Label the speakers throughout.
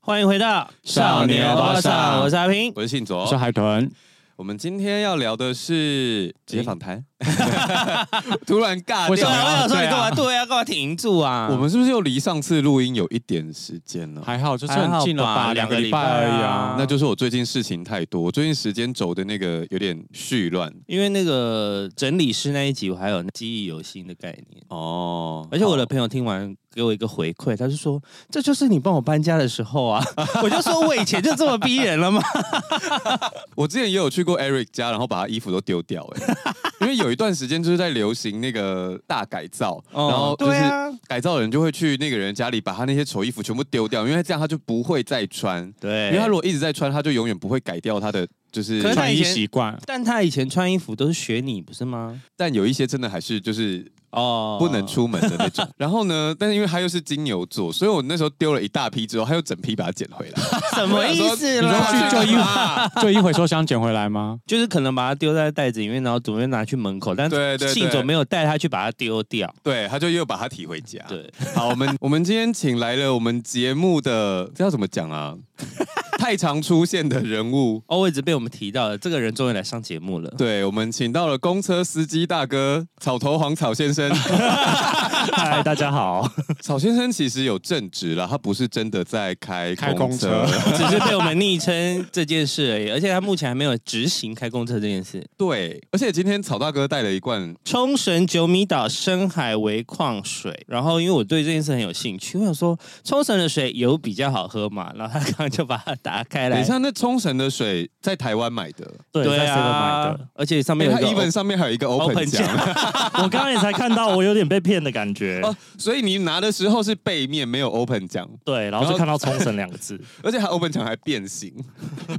Speaker 1: 欢迎回到
Speaker 2: 少年
Speaker 1: 欧巴
Speaker 2: 欧巴
Speaker 1: 桑
Speaker 2: 桑
Speaker 1: 我是阿平。
Speaker 2: 我是信
Speaker 3: 我
Speaker 2: 卓
Speaker 3: 是。海豚，
Speaker 2: 我们今天要聊的是职业访谈， 突然尬
Speaker 3: 为
Speaker 1: 对
Speaker 3: 什
Speaker 2: 掉
Speaker 3: 么
Speaker 1: 啊，
Speaker 2: 了。
Speaker 1: 我想说你干嘛？
Speaker 3: 对啊
Speaker 1: 对啊，干嘛停住啊？
Speaker 2: 我们是不是又离上次录音有一点时间了？
Speaker 3: 还好，就是
Speaker 1: 还好
Speaker 3: 很近了
Speaker 1: 吧两
Speaker 3: 吧，两
Speaker 1: 个
Speaker 3: 个
Speaker 1: 礼
Speaker 3: 礼
Speaker 1: 拜
Speaker 3: 拜而已
Speaker 1: 啊
Speaker 3: 啊。
Speaker 2: 那就是我最近事情太多，我最近时间轴的那个有点絮乱
Speaker 1: 因为那个整理师那一集，我还有记忆犹新的概念。
Speaker 2: 哦。
Speaker 1: 而且我的朋友听完给我一个回馈，他就说：“这就是你帮我搬家的时 候啊！”我就说：“我以前就这么逼人了吗
Speaker 2: 我之前也有去过 Eric 家，然后把他衣服都丢掉、 哎，因为有一段时间就是在流行那个大改造，？”
Speaker 1: 哦
Speaker 2: 然后就是
Speaker 1: 对啊，
Speaker 2: 改造的人就会去那个人家里把他那些丑衣服全部丢掉，因为这样他就不会再穿，
Speaker 1: 对，
Speaker 2: 因为他如果一直在穿，他就永远不会改掉他的就是
Speaker 1: 可是他
Speaker 3: 穿
Speaker 1: 以
Speaker 3: 衣
Speaker 1: 前
Speaker 3: 习惯，
Speaker 1: 但他以前穿衣服都是学你，不是吗？
Speaker 2: 但有一些真的还是就是
Speaker 1: 哦，
Speaker 2: 不能出门的那种。 然后呢，但是因为他又是金牛座，所以我那时候丢了一大批之后，他又整批把它捡回来。
Speaker 1: 什么意思
Speaker 2: 我
Speaker 1: 啦？
Speaker 2: 想说
Speaker 3: 去旧衣
Speaker 2: 啊
Speaker 3: 就一回收箱捡回来吗？
Speaker 1: 就是可能把它丢在袋子里面，然后准备拿去门口，但
Speaker 2: 对对对
Speaker 1: 信总没有带他去把它丢掉。
Speaker 2: 对，他就又把它提回家。
Speaker 1: 对，
Speaker 2: 好，我们我们今天请来了我们节目的，这要怎么讲啊？太常出现的人物，
Speaker 1: 哦，我一直被我们提到了，这个人终于来上节目了。
Speaker 2: 对我们请到了公车司机大哥草头黄草先生。
Speaker 3: 嗨，大家 好，
Speaker 2: 草先生其实有正职了，他不是真的在开
Speaker 3: 开
Speaker 2: 公
Speaker 3: 公
Speaker 2: 车
Speaker 3: 车。
Speaker 1: 只是被我们昵称这件事而已，而且他目前还没有执行开公车这件事。
Speaker 2: 对，而且今天草大哥带了一罐，
Speaker 1: 冲绳九米岛深海为矿水，然后因为我对这件事很有兴趣，我想说冲绳的水有比较好喝嘛，然后他刚刚就把它打开
Speaker 2: 等
Speaker 1: 哎来啊
Speaker 2: 一，下那冲绳的水在台湾买的，
Speaker 3: 对，在 C 买的。，
Speaker 1: 而且上面
Speaker 2: 因
Speaker 1: 有
Speaker 2: 为它哎
Speaker 1: 一个哦
Speaker 2: even 上面还有一个 open
Speaker 1: open
Speaker 2: 奖。
Speaker 1: 奖，
Speaker 4: 我刚刚也才看到，我有点被骗的感觉。
Speaker 2: 哦， 所以你拿的时候是背面没有 open 奖，
Speaker 4: 对，然后就看到“冲绳”两个字，？
Speaker 2: 而且它 open 奖还变形，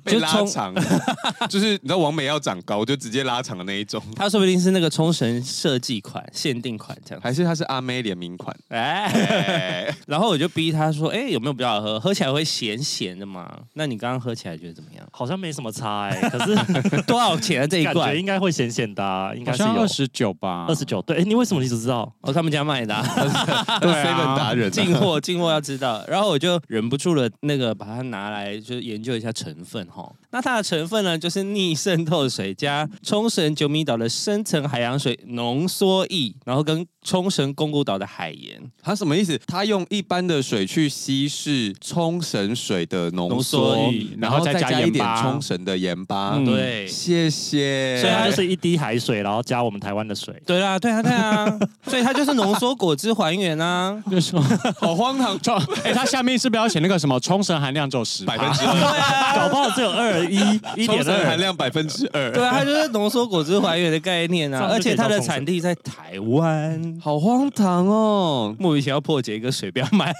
Speaker 2: 被拉
Speaker 1: 冲
Speaker 2: 长， 就是你知道王美要长高就直接拉长的那一种，
Speaker 1: 他说不定是那个冲绳设计款、限定款这样子。
Speaker 2: 还是它是阿妹联名款？
Speaker 1: 哎，
Speaker 2: 哎，
Speaker 1: 然后我就逼他说：“哎、有没有比较好喝？喝起来会咸咸的嘛？那你刚刚喝起来觉得怎么样
Speaker 4: 好像没什么差 哎、可是感
Speaker 1: 多少钱啊这一
Speaker 4: 觉
Speaker 1: 罐
Speaker 4: 应该会咸咸的、啊，应
Speaker 3: 好
Speaker 4: 该是
Speaker 3: 像
Speaker 4: 有
Speaker 3: 二十九吧，
Speaker 4: 二十九。对，哎、你为什么你只知道？”
Speaker 1: 哦，他们家卖的、 啊，
Speaker 2: 对
Speaker 3: 啊
Speaker 2: seven 达人啊
Speaker 1: 进货进货要知道。然后我就忍不住了，那个把它拿来就研究一下成分哈。那它的成分呢，就是逆渗透水加冲绳九米岛的深层海洋水浓缩液，然后跟冲绳宫古岛的海盐
Speaker 2: 它什么意思？它用一般的水去稀释冲绳水的浓缩
Speaker 1: 浓缩
Speaker 3: 液，
Speaker 2: 然
Speaker 3: 然
Speaker 2: 后
Speaker 3: 后
Speaker 2: 再
Speaker 3: 再加
Speaker 2: 加一点
Speaker 3: 盐巴
Speaker 2: 冲绳的盐巴。
Speaker 3: 嗯
Speaker 1: 对。
Speaker 2: 谢谢。
Speaker 1: 所
Speaker 4: 对，
Speaker 1: 以它
Speaker 4: 它就是一滴海水，然后加我们台湾的水。
Speaker 1: 啊对啊，对啊，对 啊，所以它就是浓缩果汁还原啊。
Speaker 3: 就说，
Speaker 2: 好荒唐
Speaker 3: 冲， 哎，它下面是不是要写那个什么冲绳含量只有十
Speaker 2: 百分之
Speaker 1: 对
Speaker 2: 二，
Speaker 1: 啊，
Speaker 4: 搞不好只有二 一一
Speaker 2: 冲
Speaker 4: 点
Speaker 2: 绳含
Speaker 4: 二，
Speaker 2: 量百分之二。
Speaker 1: 对啊，它就是浓缩果汁还原的概念啊，
Speaker 4: 这样
Speaker 1: 而
Speaker 4: 就可以
Speaker 1: 且它的
Speaker 4: 叫
Speaker 1: 产地在台湾。
Speaker 2: 好荒唐哦！
Speaker 1: 莫名其妙破解一个水，不要 买。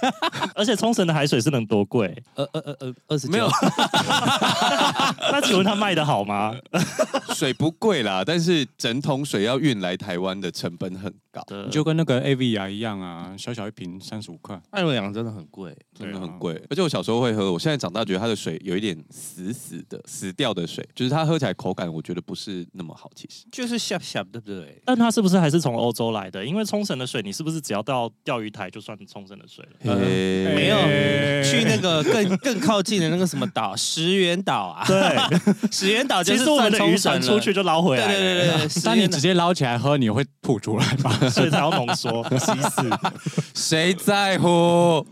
Speaker 4: 而且冲绳的海水是能多贵？
Speaker 1: 呃呃呃呃，二十
Speaker 2: 没有
Speaker 4: 那请问它卖的好吗？
Speaker 2: 水不贵啦，但是整桶水要运来台湾的成本很高，
Speaker 4: 对
Speaker 3: 你就跟那个 A V R 一样啊，小小一瓶三十五块，
Speaker 1: 艾伦羊真的很贵。
Speaker 2: 真的
Speaker 3: 对啊
Speaker 2: 很贵。而且我小时候会喝，我现在长大觉得它的水有一点死死的、死掉的水，就是它喝起来口感我觉得不是那么好。其实
Speaker 1: 就是下下，对不对？
Speaker 4: 但它是不是还是从欧洲来的？因为冲绳的水，你是不是只要到钓鱼台就算冲绳的水了？
Speaker 1: 呃没
Speaker 2: 没
Speaker 1: 有
Speaker 3: 哎
Speaker 1: 去那个更更靠近的那个什么岛，石原岛啊，
Speaker 4: 对，
Speaker 1: 石原岛就
Speaker 4: 其
Speaker 1: 是
Speaker 4: 实我们的
Speaker 1: 算
Speaker 4: 渔
Speaker 1: 冲绳
Speaker 4: 船
Speaker 1: 了
Speaker 4: 出去。啊就捞回
Speaker 1: 对
Speaker 4: 来了，
Speaker 1: 对对对对，石
Speaker 3: 但你
Speaker 1: 原
Speaker 3: 直
Speaker 1: 岛
Speaker 3: 接捞起来喝，你会吐出来吧？
Speaker 4: 所以才要浓缩， 其实
Speaker 2: 谁在乎？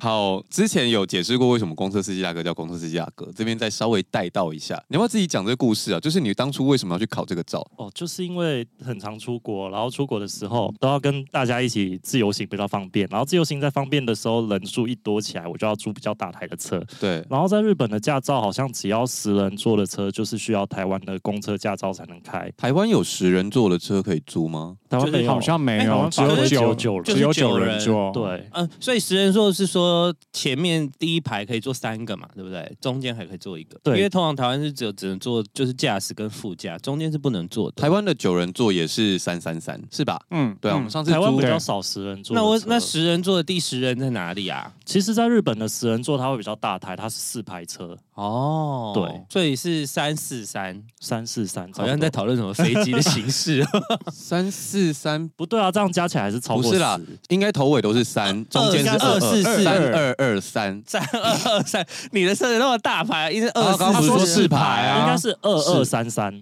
Speaker 2: 好，之前有解释过为什么公车司机大哥叫公车司机大哥，这边再稍微带到一下。你要不要自己讲这个故事啊？就是你当初为什么要去考这个照？
Speaker 4: 哦，就是因为很常出国，然后出国的时候都要跟大家一起自由行比较方便，然后自由行在方便的时候人数一多起来，我就要租比较大台的车。
Speaker 2: 对，
Speaker 4: 然后在日本的驾照好像只要十人坐的车，就是需要台湾的公车驾照才能开，
Speaker 2: 台湾有十人座的车可以租吗？
Speaker 4: 台湾没有。
Speaker 3: 好像没
Speaker 4: 哎好
Speaker 3: 有，
Speaker 4: 像
Speaker 3: 只
Speaker 4: 反
Speaker 3: 有
Speaker 4: 正
Speaker 3: 九
Speaker 4: 九
Speaker 1: 就
Speaker 3: 只
Speaker 1: 是
Speaker 3: 有
Speaker 1: 九
Speaker 3: 九
Speaker 1: 人
Speaker 3: 人座，，
Speaker 4: 对，
Speaker 1: 嗯，所以石人座是说前面第一排可以坐三个嘛，对不对？中间还可以坐一个，
Speaker 4: 对
Speaker 1: 因为通常台湾是只有只能坐就是驾驶跟副驾，中间是不能坐的。
Speaker 2: 台湾的九人座也是三三三，是吧？
Speaker 3: 嗯，
Speaker 2: 对啊，
Speaker 3: 嗯
Speaker 2: 我们上次
Speaker 4: 台湾
Speaker 2: 租
Speaker 4: 比
Speaker 3: 对
Speaker 4: 较少十人坐的
Speaker 1: 那
Speaker 4: 车。
Speaker 1: 我那十人座的第十人在哪里啊？
Speaker 4: 其实，在日本的十人座它会比较大台，它是四排车，
Speaker 1: 哦，
Speaker 4: 对，
Speaker 1: 所以是三四三，
Speaker 4: 三四三，
Speaker 1: 好像在讨论什么飞机的形式。哦
Speaker 2: 三三四三，
Speaker 4: 不对啊，这样加起来还是超过
Speaker 2: 不是啦
Speaker 4: 10，
Speaker 2: 应该头尾都是三，中间是
Speaker 1: 应该
Speaker 2: 二
Speaker 1: 是
Speaker 2: 二
Speaker 1: 四
Speaker 2: 三二二三。
Speaker 1: 三二二三，你的生日那么大牌，一是二
Speaker 2: 啊
Speaker 1: 四，
Speaker 2: 刚刚不是说四排啊
Speaker 4: 应该是二二三三，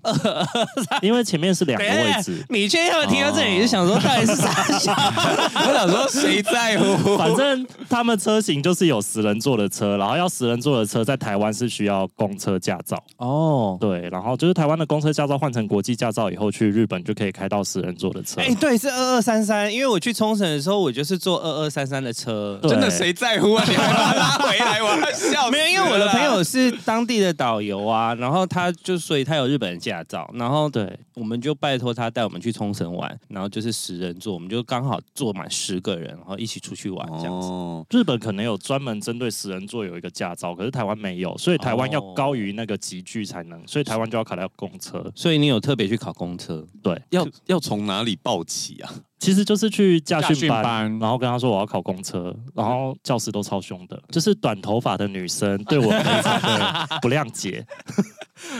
Speaker 4: 因为前面是两个位 置。
Speaker 1: 你却要听到这里，就想说到底是啥笑？
Speaker 2: 我想说谁在乎？
Speaker 4: 反正他们车型就是有十人座的车，然后要十人座的车在台湾是需要公车驾照，
Speaker 1: 哦，
Speaker 4: 对，然后就是台湾的公车驾照换成国际驾照以后，去日本就可以开到十人座的车。
Speaker 1: 哎、对，是二二三三，因为我去冲绳的时候，我就是坐二二三三的车。
Speaker 4: 对
Speaker 2: 真的谁在乎啊？你还把他拉回来，我要笑死了啦。
Speaker 1: 没有，因为我的朋友是当地的导游啊，然后他就所以他有日本的驾照，然后
Speaker 4: 对，
Speaker 1: 我们就拜托他带我们去冲绳玩，然后就是十人座，我们就刚好坐满十个人，然后一起出去玩这样子。
Speaker 2: 哦，
Speaker 4: 日本可能有专门针对十人座有一个驾照，可是台湾没有，所以台湾要
Speaker 1: 哦
Speaker 4: 高于那个集聚才能，所以台湾就要考到公车。
Speaker 1: 所以你有特别去考公车，
Speaker 4: 对，
Speaker 2: 要要从哪里报起啊？
Speaker 4: 其实就是去驾
Speaker 3: 驾
Speaker 4: 训
Speaker 3: 训
Speaker 4: 班，
Speaker 3: 班哦
Speaker 4: 然后跟他说我要考公车，然后教师都超凶的，就是短头发的女生对我非常 的不谅解。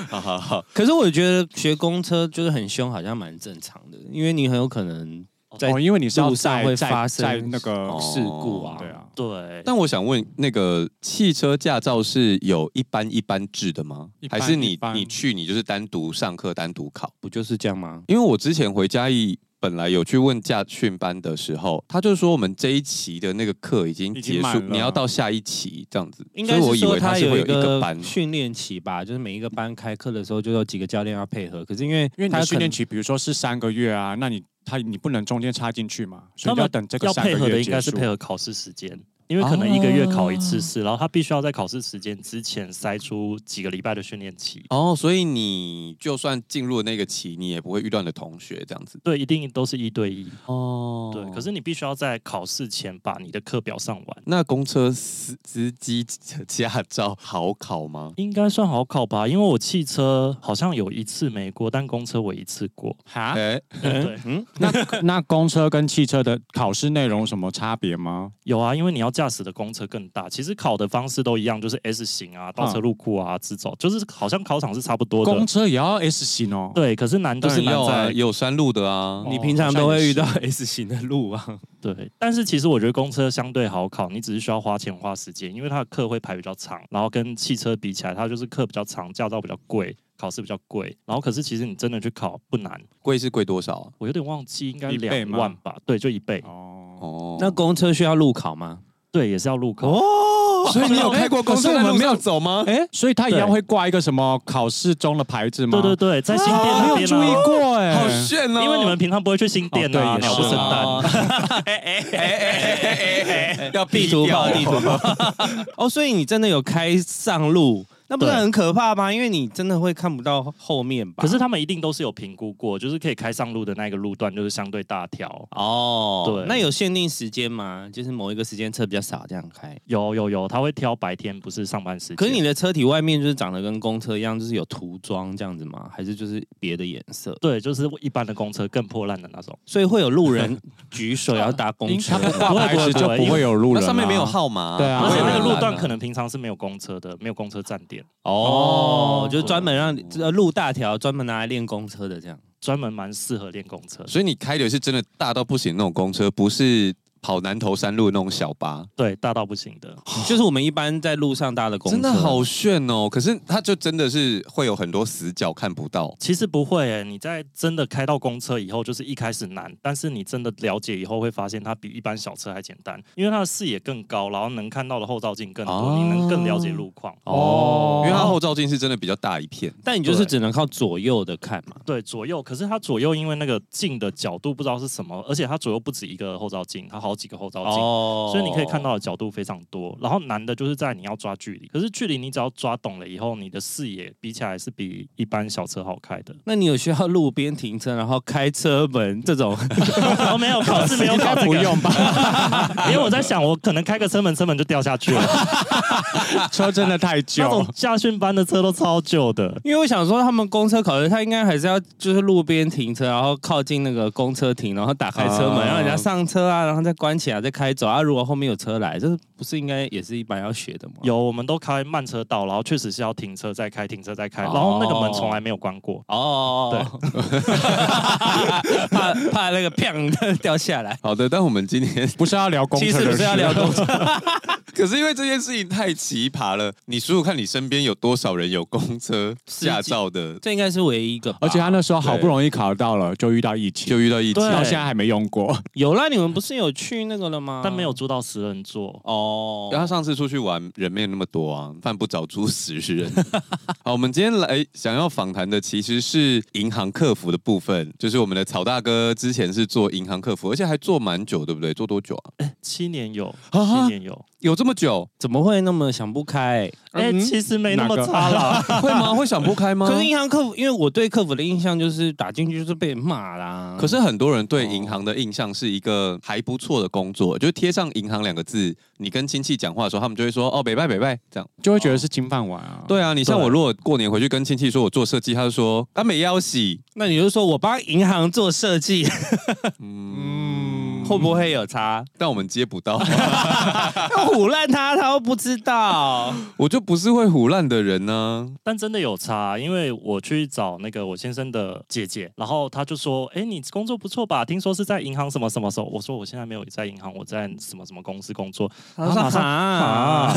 Speaker 2: 好好好，
Speaker 1: 可是我觉得学公车就是很凶，好像蛮正常的，因为你很有可能在
Speaker 3: 哦，因为你是要
Speaker 1: 路上
Speaker 3: 在
Speaker 1: 会
Speaker 3: 在
Speaker 1: 发生
Speaker 3: 在那个
Speaker 2: 哦
Speaker 1: 事故啊。
Speaker 3: 对啊，
Speaker 4: 对，
Speaker 2: 但我想问，那个汽车驾照是有一班一班制的吗
Speaker 3: 一？
Speaker 2: 还
Speaker 3: 班
Speaker 2: 是你
Speaker 3: 一班
Speaker 2: 你去你就是单独上课单独考？
Speaker 1: 不就是这样吗？
Speaker 2: 因为我之前回嘉义，本来有去问驾训班的时候，他就说我们这一期的那个课已经
Speaker 3: 已经
Speaker 2: 结
Speaker 3: 满
Speaker 2: 束，
Speaker 3: 了
Speaker 2: 你要到下一期这样子。
Speaker 1: 应
Speaker 2: 所
Speaker 1: 该
Speaker 2: 以我以
Speaker 1: 说
Speaker 2: 为
Speaker 1: 他
Speaker 2: 是会
Speaker 1: 一
Speaker 2: 一个班哦
Speaker 1: 个，训练期吧，就是每一个班开课的时候就有几个教练要配合。可是因为
Speaker 3: 因为你
Speaker 1: 他
Speaker 3: 的
Speaker 1: 可
Speaker 3: 训练
Speaker 1: 能
Speaker 3: 期，比如说是三个月啊，那你他你不能中间插进去嘛，所以
Speaker 4: 他
Speaker 3: 你
Speaker 4: 们
Speaker 3: 要等这个
Speaker 4: 要
Speaker 3: 三
Speaker 4: 配
Speaker 3: 个
Speaker 4: 合的
Speaker 3: 月
Speaker 4: 应该
Speaker 3: 结
Speaker 4: 是
Speaker 3: 束。哦
Speaker 4: 配合考试时间，因为可能一个月考一次试，然后他必须要在考试时间之前塞出几个礼拜的训练期。
Speaker 2: 哦，所以你就算进入了那个期，你也不会遇到你的同学这样子。
Speaker 4: 对，一定都是一对一。
Speaker 2: 哦
Speaker 4: 对，可是你必须要在考试前把你的课表上完。
Speaker 2: 那公车司司机的驾照好考吗？
Speaker 4: 应该算好考吧，因为我汽车好像有一次没过，但公车我一次 过。
Speaker 3: 哈，
Speaker 2: 哎、
Speaker 4: 对，
Speaker 1: 嗯，
Speaker 3: 那那公车跟汽车的考试内容有什么差别吗？
Speaker 4: 有啊，因为你要驾驶的公车更大，其实考的方式都一样，就是 S 型啊、倒车入库啊、直走，就是好像考场是差不
Speaker 3: 嗯
Speaker 4: 多
Speaker 3: 公
Speaker 4: 的。
Speaker 3: 车也要 S 型哦。
Speaker 4: 对，可是难度
Speaker 2: 当
Speaker 4: 是
Speaker 2: 然
Speaker 4: 难
Speaker 2: 要啊，
Speaker 4: 在、
Speaker 2: 有山路的啊。
Speaker 1: 你
Speaker 4: 哦
Speaker 1: 平常
Speaker 3: 好像
Speaker 1: 都会
Speaker 3: 也
Speaker 1: 遇到
Speaker 3: 是
Speaker 1: S 型的路啊。
Speaker 4: 对，但是其实我觉得公车相对好考，你只是需要花钱花时间，因为它的课会排比较长，然后跟汽车比起来，它就是课比较长，驾照比较贵，考试比较贵，然后可是其实你真的去考不难，
Speaker 2: 贵是贵多少啊？
Speaker 4: 我有点忘记，应该
Speaker 3: 一倍
Speaker 4: 两
Speaker 3: 吗
Speaker 4: 万吧，对，就一倍，
Speaker 3: 哦，
Speaker 2: 哦，
Speaker 1: 那公车需要路考 吗？
Speaker 4: 对，也是要路考。
Speaker 2: 哦，所以你有开过公
Speaker 3: 可
Speaker 2: 车，
Speaker 3: 是我们
Speaker 2: 但是
Speaker 3: 没有
Speaker 2: 走吗？
Speaker 3: 哎，所以他一样
Speaker 4: 对
Speaker 3: 会挂一个什么考试中的牌子吗？
Speaker 4: 对对对，在新店
Speaker 2: 啊
Speaker 4: 那
Speaker 3: 没有
Speaker 4: 边
Speaker 3: 注意
Speaker 4: 啊
Speaker 3: 过哎，
Speaker 2: 好炫哦！
Speaker 4: 因为你们平常不会去新店啊，
Speaker 3: 哦对也
Speaker 4: 鸟
Speaker 3: 是
Speaker 4: 不生蛋。
Speaker 2: 们要
Speaker 1: 地
Speaker 2: 避
Speaker 1: 图
Speaker 2: 掉
Speaker 1: 炮，地图炮。 哦，所以你真的有开上路，那不是
Speaker 4: 对
Speaker 1: 很可怕吗？因为你真的会看不到后面吧？
Speaker 4: 可是他们一定都是有评估过，就是可以开上路的那个路段就是相对大条。
Speaker 1: 哦，
Speaker 4: 对
Speaker 1: 那有限定时间吗？就是某一个时间车比较少这样开。
Speaker 4: 有有有，他会挑白天，不是上班时间。
Speaker 1: 可是你的车体外面就是长得跟公车一样，就是有涂装这样子吗？还是就是别的颜色？
Speaker 4: 对，就是一般的公车更破烂的那种。
Speaker 1: 所以会有路人举手要搭公车
Speaker 3: 他们挂
Speaker 4: 不会
Speaker 3: 牌
Speaker 4: 不会
Speaker 3: 子就
Speaker 4: 不会
Speaker 3: 不
Speaker 4: 因为
Speaker 3: 会有路
Speaker 2: 那
Speaker 3: 人啊，
Speaker 2: 上面没有号码，
Speaker 3: 对啊
Speaker 4: 而且那个
Speaker 3: 会有
Speaker 4: 路段可能平常是没有公车的，没有公车站点，
Speaker 1: 哦，就是专门让你呃路大条，专门拿来练公车的这样。
Speaker 4: 专门蛮适合练公车的。
Speaker 2: 所以你开的是真的大到不行那种公车，不是跑南头山路那种小巴，
Speaker 4: 对，大到不行的。
Speaker 1: 就是我们一般在路上搭的公车，
Speaker 2: 真的好炫哦！可是它就真的是会有很多死角看不到。
Speaker 4: 其实不会、欸，你在真的开到公车以后，就是一开始难，但是你真的了解以后，会发现它比一般小车还简单，因为它的视野更高，然后能看到的后照镜更多，
Speaker 2: 哦
Speaker 4: 你能更了解路况。
Speaker 2: 因
Speaker 3: 哦
Speaker 2: 为它后照镜是真的比较大一片，
Speaker 1: 但你就是
Speaker 4: 对
Speaker 1: 只能靠左右的看嘛。
Speaker 4: 对，左右，可是它左右因为那个镜的角度不知道是什么，而且它左右不止一个后照镜，它好几个后照镜。
Speaker 1: 哦。
Speaker 4: 所以你可以看到的角度非常多，然后难的就是在你要抓距离，可是距离你只要抓懂了以后，你的视野比起来是比一般小车好开的
Speaker 1: 那你有需要路边停车，然后开车门这种？
Speaker 4: 哦，没有考试 没有考这个，
Speaker 3: 不用吧？
Speaker 4: 因为我在想，我可能开个车门，车门就掉下去了。
Speaker 3: 车真的太
Speaker 4: 那
Speaker 3: 久
Speaker 4: 种。驾训班的车都超旧的。
Speaker 1: 因为我想说，他们公车考试，他应该还是要就是路边停车，然后靠近那个公车停，然后打开车门，
Speaker 2: 哦
Speaker 1: 让人家上车啊，然后再关起来再开走啊。如果后面有车来，这不是应该也是一般要学的吗？
Speaker 4: 有，我们都开慢车道，然后确实是要停车再开，停车再开，然后那个门从来没有关过。
Speaker 1: 哦，对， 怕怕那个砰掉下来。
Speaker 2: 好的，但我们今天
Speaker 3: 不是要聊公
Speaker 1: 其
Speaker 3: 车
Speaker 1: 实
Speaker 3: 的
Speaker 1: 不是要聊
Speaker 3: 事
Speaker 1: 工 作，
Speaker 2: 可是因为这件事情太奇葩了，你数数看你身边有多少人有公车驾照的，
Speaker 1: 这应该是唯一一个吧。
Speaker 3: 而且他那时候好
Speaker 2: 对
Speaker 3: 不容易考到了，就遇到疫情，
Speaker 2: 就遇到一起。
Speaker 4: 对
Speaker 1: 啊
Speaker 3: 到现在还没用过。
Speaker 1: 有啦，你们不是有去那个了吗？
Speaker 4: 但没有
Speaker 3: 嗯
Speaker 4: 租到十人座。
Speaker 1: 哦
Speaker 2: 然后他上次出去玩人没有那么多啊， 饭不找猪食是人。 好，我们今天来哎想要访谈的其实是银行客服的部分，就是我们的曹大哥之前是做银行客服，而且还做蛮久，对不对？做多久啊？
Speaker 4: 七年有，
Speaker 2: 啊
Speaker 4: 七
Speaker 3: 嗯
Speaker 4: 年有。
Speaker 2: 有这么久？
Speaker 1: 怎么会那么想不开？
Speaker 4: 哎、
Speaker 2: 嗯
Speaker 4: 其实没那
Speaker 3: 哪
Speaker 4: 么
Speaker 3: 个
Speaker 4: 差啦。
Speaker 2: 啊会吗？会想不开吗？
Speaker 1: 可是银行客服，因为我对客服的印象就是打进去就是被骂啦。
Speaker 2: 可是很多人对银行的印象是一个还不错的工作，就是贴上“银行”两个字，你跟亲戚讲话的时候，他们就会说：“哦，北拜北拜。”这样。
Speaker 3: 就会觉得是金饭碗
Speaker 1: 哦
Speaker 3: 啊。
Speaker 2: 对啊，你像
Speaker 4: 对
Speaker 2: 我如果过年回去跟亲戚说我做设计，他就说：“啊，没要洗。
Speaker 1: 那你就说我帮银行做设计，”
Speaker 2: 嗯，
Speaker 1: 会不会有差？
Speaker 2: 但我们接不到，
Speaker 1: 要唬烂 他，他又不知道。
Speaker 2: 我就不是会胡乱的人啊呢、
Speaker 4: 但真的有差，啊因为我去找那个我先生的姐姐，然后她就说：“哎、你工作不错吧？听说是在银行什么什么时候？”我说：“我现在没有在银行，我在什么什么公司工作。
Speaker 1: 他说
Speaker 4: 马上
Speaker 1: 啊，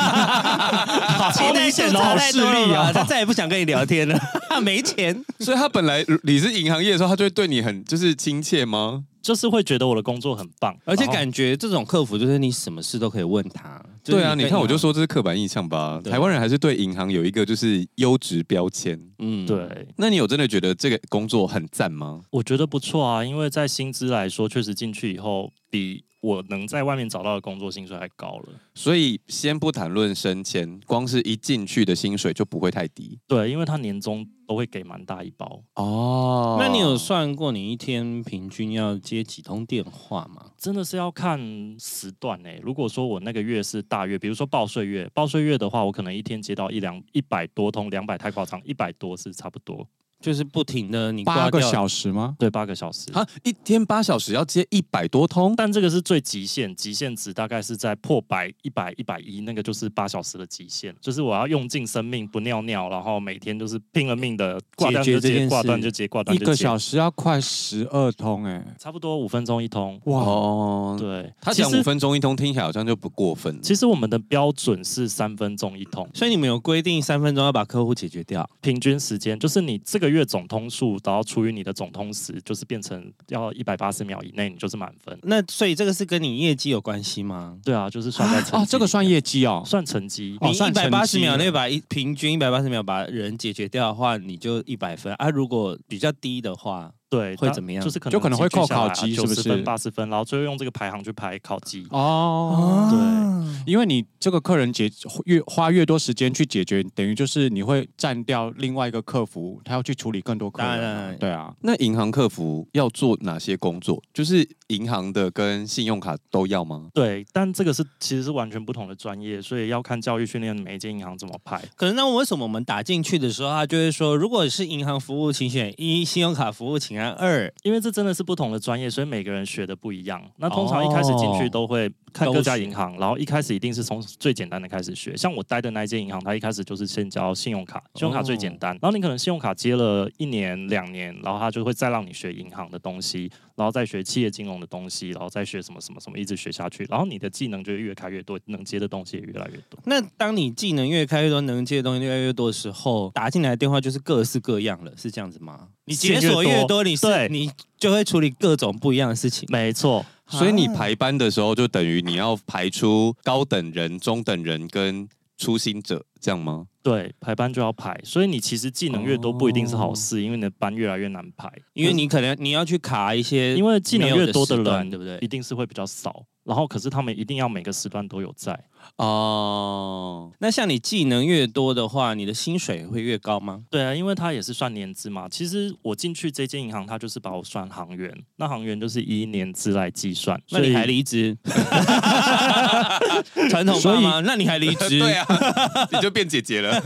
Speaker 4: 好
Speaker 1: 期待
Speaker 4: 明
Speaker 1: 性
Speaker 4: 显的
Speaker 1: 差
Speaker 4: 好
Speaker 1: 太
Speaker 4: 势
Speaker 1: 多
Speaker 4: 利
Speaker 1: 了吧
Speaker 4: 啊！
Speaker 1: 他再也不想跟你聊 天了，他没钱。
Speaker 2: 所以他本来呃你是银行业的时候，他就会对你很就是亲切吗？
Speaker 4: 就是会觉得我的工作很棒，
Speaker 1: 而且
Speaker 4: 然后
Speaker 1: 感觉这种客服就是你什么事都可以问他。就是
Speaker 2: 对啊，
Speaker 1: 跟
Speaker 2: 你看我
Speaker 1: 银行
Speaker 2: 就，说这是刻板印象吧。
Speaker 1: 对啊
Speaker 2: 台湾人还是对银行有一个就是优质标签。
Speaker 1: 嗯，
Speaker 4: 对，
Speaker 2: 那你有真的觉得这个工作很赞吗？
Speaker 4: 我觉得不错啊，因为在薪资来说，确实进去以后比我能在外面找到的工作薪水还高了。
Speaker 2: 所以先不谈论升迁，光是一进去的薪水就不会太低
Speaker 4: 对，因为他年终都会给蛮大一包，
Speaker 2: 哦
Speaker 1: 那你有算过你一天平均要接几通电话吗？
Speaker 4: 真的是要看时段诶、如果说我那个月是大月，比如说报税月，报税月的话，我可能一天接到一两一百多通，两百太夸张，一百多是差不多，
Speaker 1: 就是不停的你挂
Speaker 3: 八个
Speaker 1: 掉，
Speaker 3: 小时吗？
Speaker 4: 对，八个小时。
Speaker 2: 啊？一天八小时要接一百多通，
Speaker 4: 但这个是最极限，极限值大概是在破百、一百、一百一，那个就是八小时的极限。就是我要用尽生命不尿尿，然后每天就是拼了命的挂断
Speaker 1: 解决
Speaker 4: 就
Speaker 1: 这件
Speaker 4: 接，
Speaker 1: 事
Speaker 4: 挂断就接，挂断
Speaker 3: 一
Speaker 4: 就接。
Speaker 3: 个小时要快十二通哎、
Speaker 4: 差不多五分钟一通。
Speaker 3: 哇，
Speaker 2: 哦，
Speaker 4: 对，
Speaker 2: 他
Speaker 4: 其
Speaker 2: 讲五
Speaker 4: 实
Speaker 2: 分钟一通，听起来好像就不过分。
Speaker 4: 其实我们的标准是三分钟一通，
Speaker 1: 所以你们有规定三分钟要把客户解决掉。
Speaker 4: 平均时间就是你这个月总通数，然后除以你的总通时，就是变成要一百八十秒以内，你就是满分。
Speaker 1: 那所以这个是跟你业绩有关系吗？
Speaker 4: 对啊，就是算在成绩里面、
Speaker 3: 哦，这个算业绩哦，
Speaker 4: 算成绩。
Speaker 3: 哦
Speaker 1: 你一
Speaker 3: 算
Speaker 1: 百
Speaker 3: 成
Speaker 1: 八十
Speaker 3: 绩
Speaker 1: 秒内
Speaker 3: 了
Speaker 1: 把一平均一百八十秒把人解决掉的话，你就一百分啊。如果比较低的话，
Speaker 4: 对，
Speaker 1: 会
Speaker 4: 它
Speaker 1: 怎么样
Speaker 4: 就是可能
Speaker 3: 就可能会扣考绩
Speaker 4: 九
Speaker 3: 是不
Speaker 4: 十
Speaker 3: 是
Speaker 4: 分、八十分，然后最后用这个排行去排考绩。
Speaker 1: 啊
Speaker 3: 哦。
Speaker 4: 对
Speaker 3: 因为你这个客人解越花越多时间去解决，等于就是你会占掉另外一个客服，他要去处理更多客人
Speaker 1: 当然当
Speaker 3: 啊、
Speaker 1: 然
Speaker 3: 对啊，
Speaker 2: 那银行客服要做哪些工作？就是银行的跟信用卡都要吗？
Speaker 4: 对，但这个是其实是完全不同的专业，所以要看教育训练每一间银行怎么排。
Speaker 1: 可是那为什么我们打进去的时候，他就会说，如果是银行服务，请选一；信用卡服务，请按二。
Speaker 4: 因为这真的是不同的专业，所以每个人学的不一样。那通常一开始进去
Speaker 1: 哦
Speaker 4: 都会看
Speaker 1: 都
Speaker 4: 各家
Speaker 1: 学
Speaker 4: 银行，然后一开始一定是从最简单的开始学。像我待的那一间银行，它一开始就是先教信用卡，信用卡最
Speaker 1: 哦
Speaker 4: 简单。然后你可能信用卡接了一年两年，然后他就会再让你学银行的东西，然后再学企业金融的东西，然后再学什么什么什么，一直学下去。然后你的技能就越开越多，能接的东西也越来越多。
Speaker 1: 那当你技能越开越多，能接的东西越来越多的时候，打进来的电话就是各式各样了，是这样子吗？你解锁
Speaker 4: 线
Speaker 1: 越
Speaker 4: 越
Speaker 1: 多，
Speaker 4: 多
Speaker 1: 你是
Speaker 4: 对
Speaker 1: 你就会处理各种不一样的事情。
Speaker 4: 没错，
Speaker 2: 所以你排班的时候，就等于你要排出高等人、中等人跟初心者，这样吗？
Speaker 4: 对，排班就要排，所以你其实技能越多不一定是
Speaker 1: 哦
Speaker 4: 好事，因为你的班越来越难排。
Speaker 1: 因为你可能你要去卡一些，
Speaker 4: 因为技能越多的
Speaker 1: 没有的时段
Speaker 4: 人，
Speaker 1: 对不对
Speaker 4: 一定是会比较少。然后，可是他们一定要每个时段都有在。
Speaker 2: 哦，
Speaker 1: 那像你技能越多的话，你的薪水会越高吗？
Speaker 4: 对啊，因为他也是算年资嘛。其实我进去这间银行，他就是把我算行员，那行员就是以年资来计算。
Speaker 1: 那你
Speaker 4: 所以
Speaker 1: 还离职？传统爸妈，那你还离职？
Speaker 2: 对啊， 你就变姐姐了。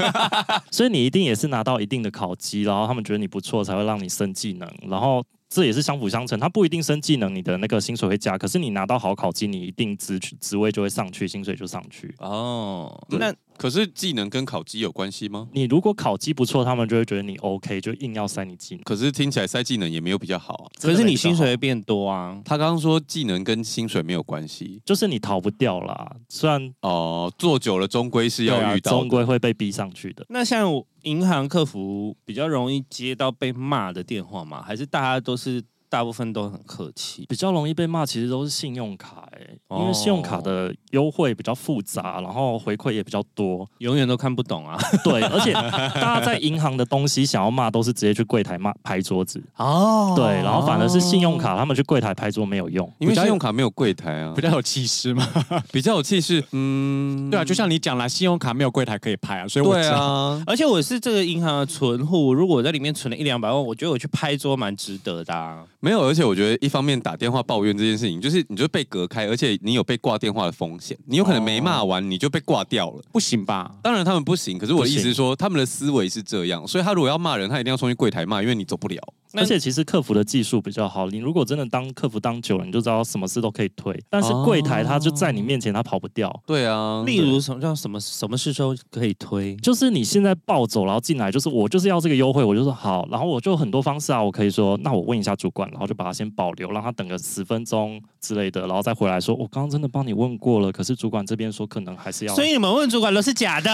Speaker 4: 所以你一定也是拿到一定的考绩，然后他们觉得你不错，才会让你升技能。然后这也是相辅相成。它不一定升技能，你的那个薪水会加，可是你拿到好考绩，你一定职职位就会上去，薪水就上去。
Speaker 1: 哦，
Speaker 2: 对
Speaker 1: 那
Speaker 2: 可是技能跟考级有关系吗？
Speaker 4: 你如果考绩不错，他们就会觉得你 OK，就硬要塞你技能。
Speaker 2: 可是听起来塞技能也没有比较好啊。
Speaker 1: 可是你薪水
Speaker 4: 真的没比较
Speaker 1: 会
Speaker 4: 好
Speaker 1: 变多啊。
Speaker 2: 他刚刚说技能跟薪水没有关系
Speaker 4: 就是你逃不掉啦，虽然
Speaker 2: 哦，做久了终归是
Speaker 4: 对啊
Speaker 2: 要遇到
Speaker 4: 终
Speaker 2: 的。
Speaker 4: 归会被逼上去的。
Speaker 1: 那像我银行客服比较容易接到被骂的电话吗？还是大家都是大部分都很客气？
Speaker 4: 比较容易被骂，其实都是信用卡、欸，
Speaker 1: 哦
Speaker 4: 因为信用卡的优惠比较复杂，然后回馈也比较多，
Speaker 1: 永远都看不懂啊！
Speaker 4: 对， 而且大家在银行的东西想要骂，都是直接去柜台骂拍桌子，
Speaker 1: 哦
Speaker 4: 对，然后反而是信用卡，他们去柜台拍桌没有用，
Speaker 2: 因为
Speaker 3: 比较
Speaker 2: 信
Speaker 3: 有
Speaker 2: 用卡没有柜台啊
Speaker 3: 比，较有气势嘛。
Speaker 2: 哦比较有气势。嗯，
Speaker 3: 对啊，就像你讲啦，信用卡没有柜台可以拍啊，所以我
Speaker 2: 对
Speaker 3: 知道。
Speaker 2: 啊，
Speaker 1: 而且我是这个银行的存户，如果我在里面存了一两百万，我觉得我去拍桌蛮值得的、啊。
Speaker 2: 没有。而且我觉得一方面打电话抱怨这件事情，就是你就被隔开，而且你有被挂电话的风险，你有可能没骂完你就被挂掉了。
Speaker 3: 不行吧？
Speaker 2: 当然他们不行，可是我的
Speaker 4: 不
Speaker 2: 意
Speaker 4: 行
Speaker 2: 思是说，他们的思维是这样，所以他如果要骂人，他一定要冲去柜台骂，因为你走不了。
Speaker 1: 那
Speaker 4: 而且其实客服的技术比较好，你如果真的当客服当久了，你就知道什么事都可以推，但是
Speaker 2: 哦
Speaker 4: 柜台他就在你面前，他跑不掉。
Speaker 2: 对啊，
Speaker 1: 例如什么叫什么什么事都可以推，
Speaker 4: 就是你现在暴走，然后进来，就是我就是要这个优惠，我就说好，然后我就很多方式啊，我可以说，那我问一下主管，然后就把它先保留，让他等个十分钟之类的，然后再回来说，哦我刚刚真的帮你问过了，可是主管这边说可能还是要，
Speaker 1: 所以你们问主管都是假的，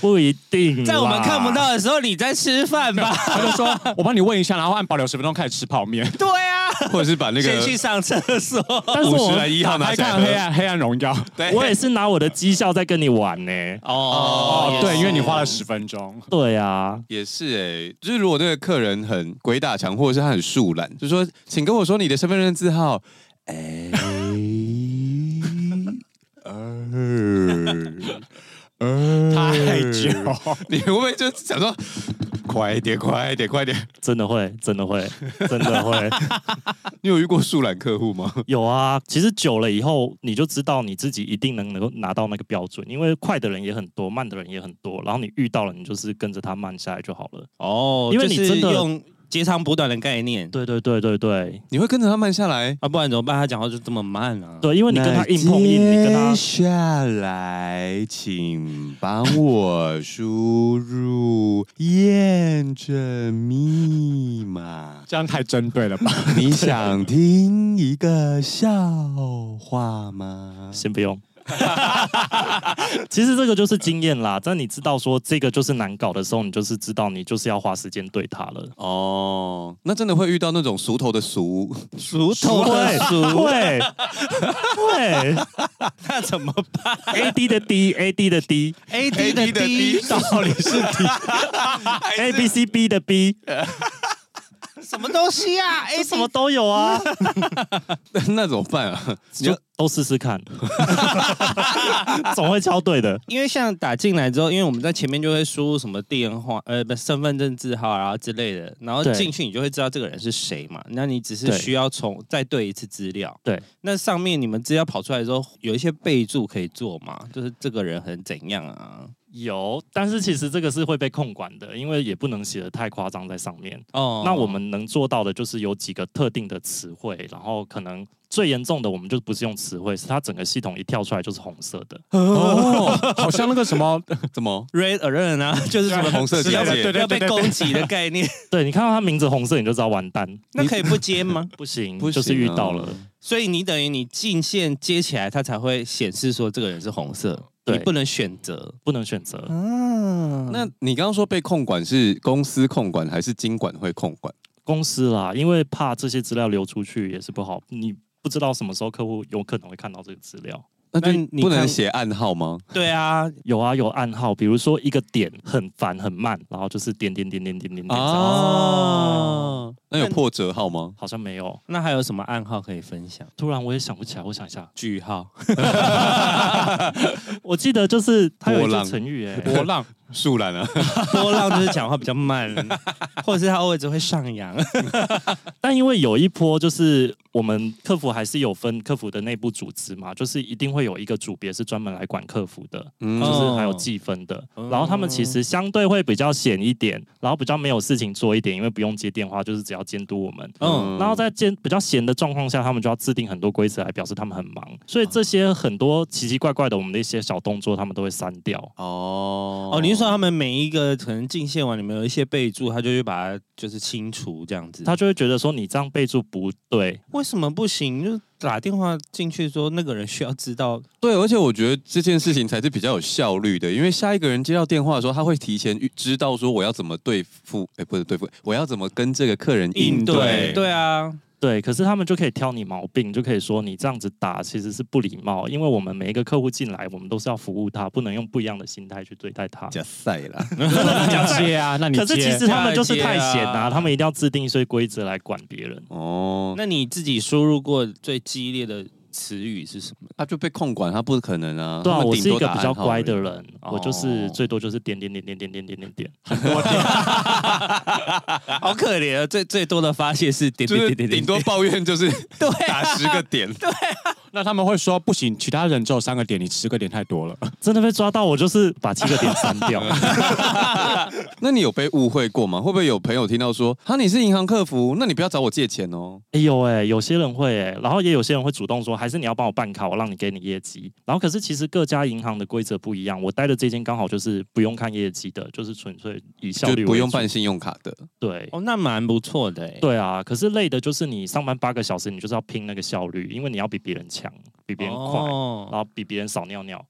Speaker 4: 不一定啦，
Speaker 1: 在我们看不到的时候你在吃饭 吧？
Speaker 3: 他就说：“我帮你问一下，然后按保留十分钟开始吃泡面。
Speaker 1: 对啊，
Speaker 2: 或者是把那
Speaker 1: 先
Speaker 2: 个
Speaker 1: 去上厕所。
Speaker 4: 但是
Speaker 2: 五十
Speaker 4: 我
Speaker 2: 来一号拿
Speaker 3: 还
Speaker 2: 起来
Speaker 3: 看黑
Speaker 2: 喝。
Speaker 3: 暗黑暗荣耀，
Speaker 2: 对
Speaker 4: 我也是拿我的绩效在跟你玩 呢、
Speaker 1: 哦
Speaker 3: 对，因为你
Speaker 1: 花。
Speaker 3: 花了十分钟，
Speaker 4: 对啊，
Speaker 2: 也是哎、就是如果这个客人很鬼打墙，或者是他很树懒，就说请跟我说你的身份证字号。 哎，二二，
Speaker 3: 太久。
Speaker 2: 你会不会就想说快一点，快一点，快一点？
Speaker 4: 真的会，真的 会，真的会。
Speaker 2: 你有遇过树懒客户吗？
Speaker 4: 有啊，其实久了以后，你就知道你自己一定能能够拿到那个标准，因为快的人也很多，慢的人也很多，然后你遇到了，你就是跟着他慢下来就好了。
Speaker 1: 哦，
Speaker 4: 因为你
Speaker 1: 就是
Speaker 4: 真的
Speaker 1: 用截长补短的概念
Speaker 4: 对对对对
Speaker 1: 嗯
Speaker 4: 对
Speaker 2: 你会跟着他慢下来？
Speaker 1: 啊，不然怎么办？他讲话就这么慢啊。，
Speaker 4: 对，因为你跟他硬碰硬，你跟他
Speaker 2: 接下来，请帮我输入验证密码。
Speaker 3: 这样太针对了吧？
Speaker 2: 你想听一个笑话吗？
Speaker 4: 先不用。 其实这个就是经验啦，在你知道说这个就是难搞的时候，你就是知道你就是要花时间对他了。
Speaker 2: 哦，那真的会遇到那种熟头的熟，
Speaker 1: 熟头的熟，
Speaker 4: 会会
Speaker 1: 那怎么办
Speaker 4: A D 的 D A D 的 D
Speaker 1: ？A D 的
Speaker 2: AD 的
Speaker 1: D，
Speaker 2: D
Speaker 1: 到底是
Speaker 4: A B C B 的 B，
Speaker 1: 什么东西啊？A
Speaker 4: 什么都有啊，
Speaker 2: 那怎么办啊？你
Speaker 4: 就
Speaker 2: 要
Speaker 4: 都试试 看， 总会敲对的。
Speaker 1: 因为像打进来之后，因为我们在前面就会输入什么电话，呃，不，身份证字号啊，然后之类的，然后
Speaker 4: 对
Speaker 1: 进去你就会知道这个人是谁嘛。那你只是
Speaker 4: 对
Speaker 1: 需要重再对一次资料。
Speaker 4: 对，
Speaker 1: 那上面你们资料跑出来之后，有一些备注可以做嘛，就是这个人很怎样啊？
Speaker 4: 有，但是其实这个是会被控管的，因为也不能写的太夸张在上面。
Speaker 1: 哦
Speaker 4: 那我们能做到的就是有几个特定的词汇，然后可能最严重的我们就不是用词汇，是它整个系统一跳出来就是红色的。
Speaker 3: 哦，好像那个什么，
Speaker 2: 怎么？
Speaker 1: red alert 啊， 就是什么
Speaker 2: 红色警
Speaker 1: 要
Speaker 2: 戒
Speaker 1: 被
Speaker 3: 对对对
Speaker 1: 要被攻击的概念，
Speaker 4: 对你看到它名字红色，你就知道完蛋，
Speaker 1: 那可以不接吗？
Speaker 4: 不行，
Speaker 2: 不
Speaker 4: 就是
Speaker 2: 行
Speaker 4: 遇
Speaker 2: 啊
Speaker 4: 到了。
Speaker 1: 所以你等于你进线接起来，它才会显示说这个人是红色，
Speaker 4: 对
Speaker 1: 你不能选择
Speaker 4: 不能选择，
Speaker 1: 啊。
Speaker 2: 那你刚刚说被控管是公司控管还是经管会控管？
Speaker 4: 公司啦，因为怕这些资料流出去也是不好，你不知道什么时候客户有可能会看到这个资料。
Speaker 2: 那就
Speaker 1: 那你
Speaker 2: 不
Speaker 1: 看
Speaker 2: 能写暗号吗？
Speaker 1: 对啊，
Speaker 4: 有啊，有暗号，比如说一个点很烦很慢，然后就是点点点点点点点，哦，
Speaker 2: 啊，那有破折号吗？
Speaker 4: 好像没有。
Speaker 1: 那还有什么暗号可以分享？
Speaker 4: 突然我也想不起来，我想一下，
Speaker 1: 句号，
Speaker 4: 我记得就是它有一
Speaker 2: 波
Speaker 4: 个
Speaker 2: 浪
Speaker 4: 成语、欸，
Speaker 3: 波浪
Speaker 2: 树懒啊，
Speaker 1: 波浪就是讲话比较 慢，或者是他位置会上扬。
Speaker 4: 但因为有一波就是我们客服还是有分客服的内部组织嘛，就是一定会有一个组别是专门来管客服的，
Speaker 2: 嗯
Speaker 4: 就是还有
Speaker 1: 哦
Speaker 4: 计分的。
Speaker 1: 哦
Speaker 4: 然后他们其实相对会比较闲一点，然后比较没有事情做一点，因为不用接电话，就是只要监督我们。
Speaker 1: 嗯，
Speaker 4: 然后在监比较闲的状况下，他们就要制定很多规则来表示他们很忙，所以这些很多奇奇怪怪的我们的一些小动作，他们都会删掉。
Speaker 2: 哦
Speaker 1: 哦，你是说他们每一个可能进线网里面有一些备注，他就去把它就是清除这样子。
Speaker 4: 他就会觉得说你这样备注不对，
Speaker 1: 为什么不行？就打电话进去说那个人需要知道
Speaker 2: 对，而且我觉得这件事情才是比较有效率的，因为下一个人接到电话的时候，他会提前预知道说我要怎么对付，哎，不是对付，我要怎么跟这个客人应对。
Speaker 1: 对对啊，
Speaker 4: 对，可是他们就可以挑你毛病，就可以说你这样子打其实是不礼貌，因为我们每一个客户进来，我们都是要服务他，不能用不一样的心态去对待他。
Speaker 2: 假赛啦，
Speaker 3: 接啊， 那你
Speaker 4: 可是其
Speaker 3: 接
Speaker 4: 实他们就是
Speaker 1: 接啊
Speaker 4: 太闲啦、他们一定要制定一些规则来管别人。
Speaker 2: 哦，
Speaker 1: 那你自己输入过最激烈的词语是什么？
Speaker 2: 他就被控管，他不可能啊。
Speaker 4: 对啊，
Speaker 2: 他们
Speaker 4: 我
Speaker 2: 顶
Speaker 4: 是一
Speaker 2: 多
Speaker 4: 个
Speaker 2: 打
Speaker 4: 比较
Speaker 2: 暗号
Speaker 4: 乖的
Speaker 2: 而已，
Speaker 4: 人， 我就是
Speaker 2: 哦
Speaker 4: 最多就是点点点点点点点点点。
Speaker 1: 好可怜啊！最最多的发泄是点
Speaker 2: 就
Speaker 1: 点
Speaker 2: 是
Speaker 1: 点点点
Speaker 2: 顶多抱怨就是
Speaker 1: 对
Speaker 4: 啊
Speaker 2: 打十个点。
Speaker 3: 那他们会说不行，其他人只有三个点，你十个点太多了。
Speaker 4: 真的被抓到，我就是把七个点删掉。
Speaker 2: 那你有被误会过吗？会不会有朋友听到说，啊，你是银行客服，那你不要找我借钱哦？
Speaker 4: 哎呦哎，有些人会哎、然后也有些人会主动说，还是你要帮我办卡，我让你给你业绩。然后可是其实各家银行的规则不一样，我待的这间刚好就是不用看业绩的，就是纯粹以效
Speaker 2: 就
Speaker 4: 率为主
Speaker 2: 不用办信用卡的。
Speaker 4: 对。
Speaker 1: 哦，那蛮不错的哎。
Speaker 4: 对啊，可是累的就是你上班八个小时，你就是要拼那个效率，因为你要比别人强，比别人快，然
Speaker 1: 哦，
Speaker 4: 后比别人少 尿尿。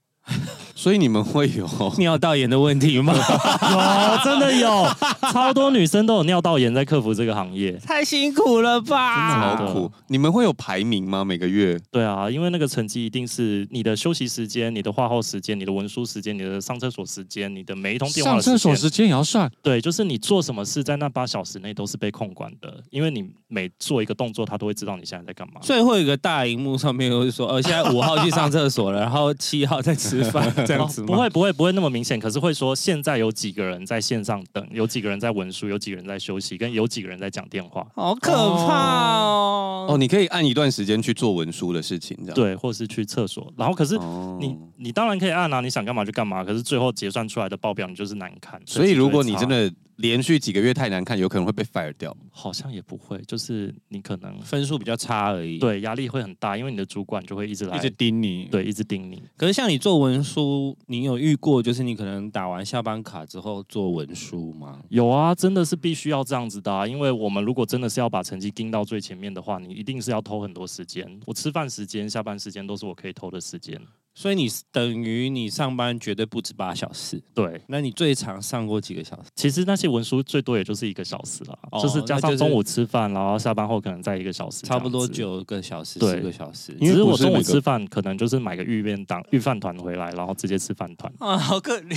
Speaker 2: 所以你们会有
Speaker 1: 尿道炎的问题吗？
Speaker 4: 有，真的有，超多女生都有尿道炎在克服这个行业。
Speaker 1: 太辛苦了
Speaker 4: 真
Speaker 1: 吧！
Speaker 4: 的
Speaker 2: 好苦，你们会有排名吗？每个月？
Speaker 4: 对啊，因为那个成绩一定是你的休息时间、你的画后时间、你的文书时间、你的上厕所时间、你的每一通电话
Speaker 3: 上
Speaker 4: 的
Speaker 3: 厕所
Speaker 4: 间
Speaker 3: 时间也要算，
Speaker 4: 对，就是你做什么事在那八小时内都是被控管的，因为你每做一个动作，他都会知道你现在在干嘛。
Speaker 1: 最后一个大荧幕上面会说，哦，现在五号去上厕所了，然后七号在吃饭，这样子吗？
Speaker 4: 哦不会不会不会那么明显，可是会说现在有几个人在线上等，有几个人在文书，有几个人在休息，跟有几个人在讲电话，
Speaker 1: 好可怕哦！
Speaker 2: 哦，你可以按一段时间去做文书的事情，这样。
Speaker 4: 嗯对，或是去厕所。然后可是
Speaker 2: 哦
Speaker 4: 你你当然可以按啊，你想干嘛就干嘛，可是最后结算出来的报表你就是难看。
Speaker 2: 所以
Speaker 4: 成绩就
Speaker 2: 如
Speaker 4: 会
Speaker 2: 果你
Speaker 4: 差
Speaker 2: 真的连续几个月太难看，有可能会被 fire 掉。
Speaker 4: 好像也不会，就是你可能
Speaker 1: 分数比较差而已。，
Speaker 4: 对压力会很大，因为你的主管就会一直来，
Speaker 3: 一直盯你。
Speaker 4: 对一直盯你。
Speaker 1: 可是像你做文书，你有遇过就是你可能打完下班卡之后做文书吗？
Speaker 4: 有啊，真的是必须要这样子的、啊，因为我们如果真的是要把成绩盯到最前面的话，你一定是要偷很多时间。我吃饭时间、下班时间都是我可以偷的时间。
Speaker 1: 所以你等于你上班绝对不止八小时，
Speaker 4: 对，
Speaker 1: 那你最长上过几个小时？
Speaker 4: 其实那些文书最多也就是一个小时了，
Speaker 1: 哦
Speaker 4: 就是加
Speaker 1: 那就
Speaker 4: 上
Speaker 1: 是
Speaker 4: 中午吃饭，然后下班后可能再一个小时，
Speaker 1: 差不多。九个小时、
Speaker 4: 对
Speaker 1: 十个小时。
Speaker 4: 只
Speaker 2: 因为
Speaker 4: 是
Speaker 2: 不
Speaker 4: 我
Speaker 2: 是
Speaker 4: 中午
Speaker 2: 每个
Speaker 4: 吃饭，可能就是买个预便当、预饭团回来，然后直接吃饭团。
Speaker 1: 啊，好可怜，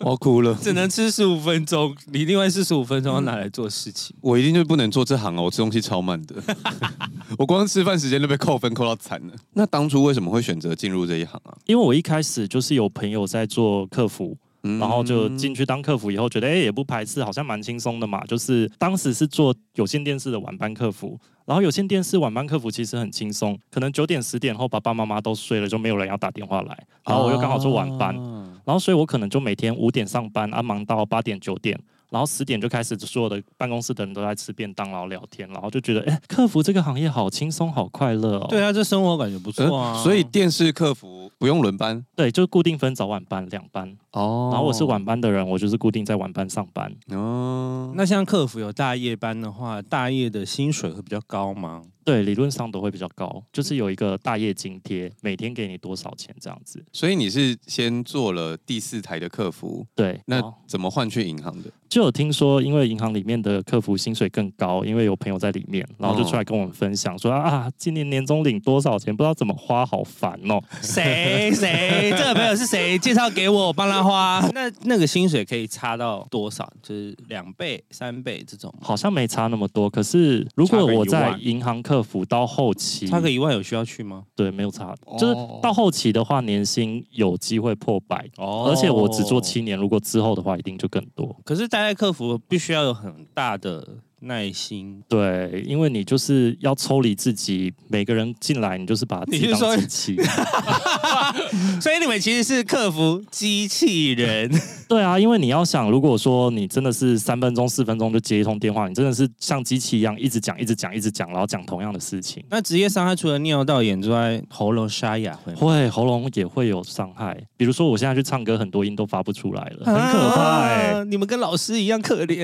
Speaker 2: 我哭了，
Speaker 1: 只能吃十五分钟， 你另外四十五分钟要拿来做事情。
Speaker 2: 我一定就不能做这行哦，我吃东西超慢 的，我光吃饭时间就被扣分扣到惨了。那当初为什么会选择进入这一行啊？
Speaker 4: 因为我一开始就是有朋友在做客服，
Speaker 2: 嗯
Speaker 4: 然后就进去当客服以后，觉得哎、诶也不排斥，好像蛮轻松的嘛。就是当时是做有线电视的晚班客服，然后有线电视晚班客服其实很轻松，可能九点十点后爸爸妈妈都睡了，就没有人要打电话来，然后我又刚好做晚班，
Speaker 2: 啊
Speaker 4: 然后所以我可能就每天五点上班，啊忙到八点九点。然后十点就开始，所有的办公室的人都在吃便当，然后聊天，然后就觉得，哎，客服这个行业好轻松，好快乐哦。
Speaker 1: 对啊，这生活感觉不错啊、
Speaker 2: 呃所以电视客服不用轮班
Speaker 4: 对，就固定分早晚班两班，
Speaker 2: 哦
Speaker 4: 然后我是晚班的人，我就是固定在晚班上班。
Speaker 2: 哦，
Speaker 1: 那像客服有大夜班的话，大夜的薪水会比较高吗？
Speaker 4: 对，理论上都会比较高，就是有一个大夜津贴，每天给你多少钱这样子。
Speaker 2: 所以你是先做了第四台的客服，
Speaker 4: 对，
Speaker 2: 那
Speaker 4: 然后
Speaker 2: 怎么换去银行的？
Speaker 4: 就有听说，因为银行里面的客服薪水更高，因为有朋友在里面，然后就出
Speaker 1: 哦
Speaker 4: 来跟我们分享说、啊，今年年终领多少钱，不知道怎么花，好烦哦。
Speaker 1: 谁谁这个朋友是谁介绍给我，我帮他 花。那那个薪水可以差到多少？就是两倍、三倍这种吗？
Speaker 4: 好像没差那么多，可是如
Speaker 1: 差
Speaker 4: 果
Speaker 1: 个
Speaker 4: 我
Speaker 1: 一
Speaker 4: 在
Speaker 1: 万
Speaker 4: 银行客服到后期，
Speaker 1: 差个一哦万有需要去吗？
Speaker 4: 对没有差，就是到后期的话，年薪有机会破百，
Speaker 1: 哦
Speaker 4: 而且我只做七年，如果之后的话，一定就更多。
Speaker 1: 可是待在客服必须要有很大的耐心。
Speaker 4: 对，因为你就是要抽离自己，每个人进来，你就是把自
Speaker 1: 你
Speaker 4: 己
Speaker 1: 是说
Speaker 4: 当机器。
Speaker 1: 所以你们其实是克服机器人，
Speaker 4: 对啊，因为你要想，如果说你真的是三分钟、四分钟就接一通电话，你真的是像机器一样一直讲、一直讲、一直讲，然后讲同样的事情，
Speaker 1: 那职业伤害除了尿道炎之外，喉咙沙哑会吗？
Speaker 4: 会喉咙也会有伤害。比如说，我现在去唱歌，很多音都发不出来了，很可怕哎、
Speaker 1: 啊啊你们跟老师一样可 怜。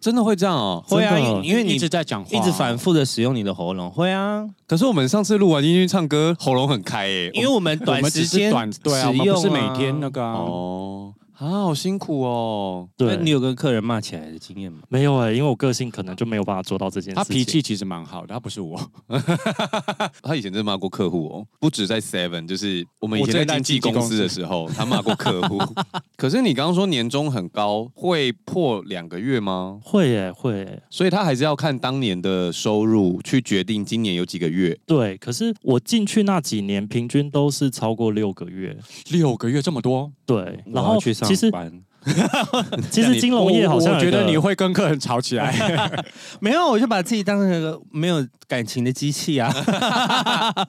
Speaker 2: 真的会这样哦。
Speaker 1: 会啊，
Speaker 4: 真的
Speaker 1: 因因为你
Speaker 3: 一直在讲话，
Speaker 1: 一直反复的使用你的喉咙，会啊，
Speaker 2: 可是我们上次录完音去唱歌，喉咙很开耶。
Speaker 1: 因为我们
Speaker 3: 我
Speaker 1: 短
Speaker 3: 们只
Speaker 1: 时
Speaker 3: 是
Speaker 1: 间
Speaker 3: 短对啊，我
Speaker 1: 使
Speaker 3: 们
Speaker 1: 用
Speaker 3: 不是每天那个啊。
Speaker 2: 哦，啊，好辛苦哦。
Speaker 1: 那
Speaker 4: 对，
Speaker 1: 你有跟客人骂起来的经验吗？
Speaker 4: 没有哎、因为我个性可能就没有办法做到这件事情。
Speaker 3: 他脾气其实蛮好的，他不是我。
Speaker 2: 他以前真的骂过客户哦，不止在 Seven，就是我们以
Speaker 3: 我在
Speaker 2: 前在经纪
Speaker 3: 经纪
Speaker 2: 公
Speaker 3: 公
Speaker 2: 司
Speaker 3: 司
Speaker 2: 的时候，他骂过客户。可是你刚刚说年终很高，会破两个月吗？
Speaker 4: 会哎、会、欸。
Speaker 2: 所以他还是要看当年的收入去决定今年有几个月。
Speaker 4: 对，可是我进去那几年，平均都是超过六个月。
Speaker 3: 六个月这么多，
Speaker 4: 对，然
Speaker 1: 我
Speaker 4: 后
Speaker 1: 要去上
Speaker 4: 其实
Speaker 1: 班，
Speaker 4: 其实金融业好像
Speaker 3: 我我觉
Speaker 4: 有一
Speaker 3: 得
Speaker 4: 个
Speaker 3: 你会跟客人吵起来。
Speaker 1: 没有，我就把自己当成一个没有感情的机器啊。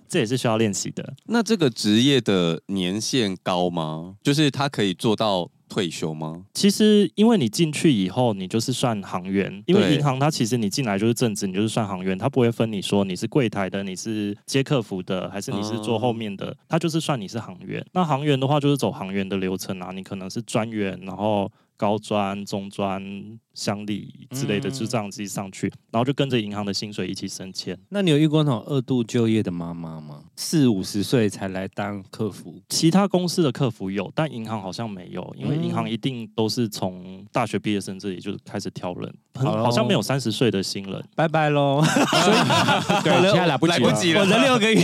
Speaker 4: 这也是需要练习的。
Speaker 2: 那这个职业的年限高吗？就是他可以做到退休吗？
Speaker 4: 其实，因为你进去以后，你就是算行员，因为
Speaker 2: 对
Speaker 4: 银行它其实你进来就是正职，你就是算行员，它不会分你说你是柜台的，你是接客服的，还是你是
Speaker 3: 哦
Speaker 4: 做后面的，它就是算你是行员。那行员的话就是走行员的流程啊，你可能是专员，然后高专、中专、乡里之类的，
Speaker 1: 嗯
Speaker 4: 就这样自己上去，然后就跟着银行的薪水一起升迁。
Speaker 1: 那你有遇过那种二度就业的妈妈吗？四五十岁才来当客服，
Speaker 4: 其他公司的客服有，但银行好像没有，因为
Speaker 2: 嗯
Speaker 4: 银行一定都是从大学毕业生这里就开始挑人，很
Speaker 2: 哦
Speaker 1: 好咯
Speaker 4: 好像没有三十岁的新人。
Speaker 1: 拜拜 喽！
Speaker 3: 对，现在来不及了。
Speaker 2: 来不及了
Speaker 1: 我的六个月，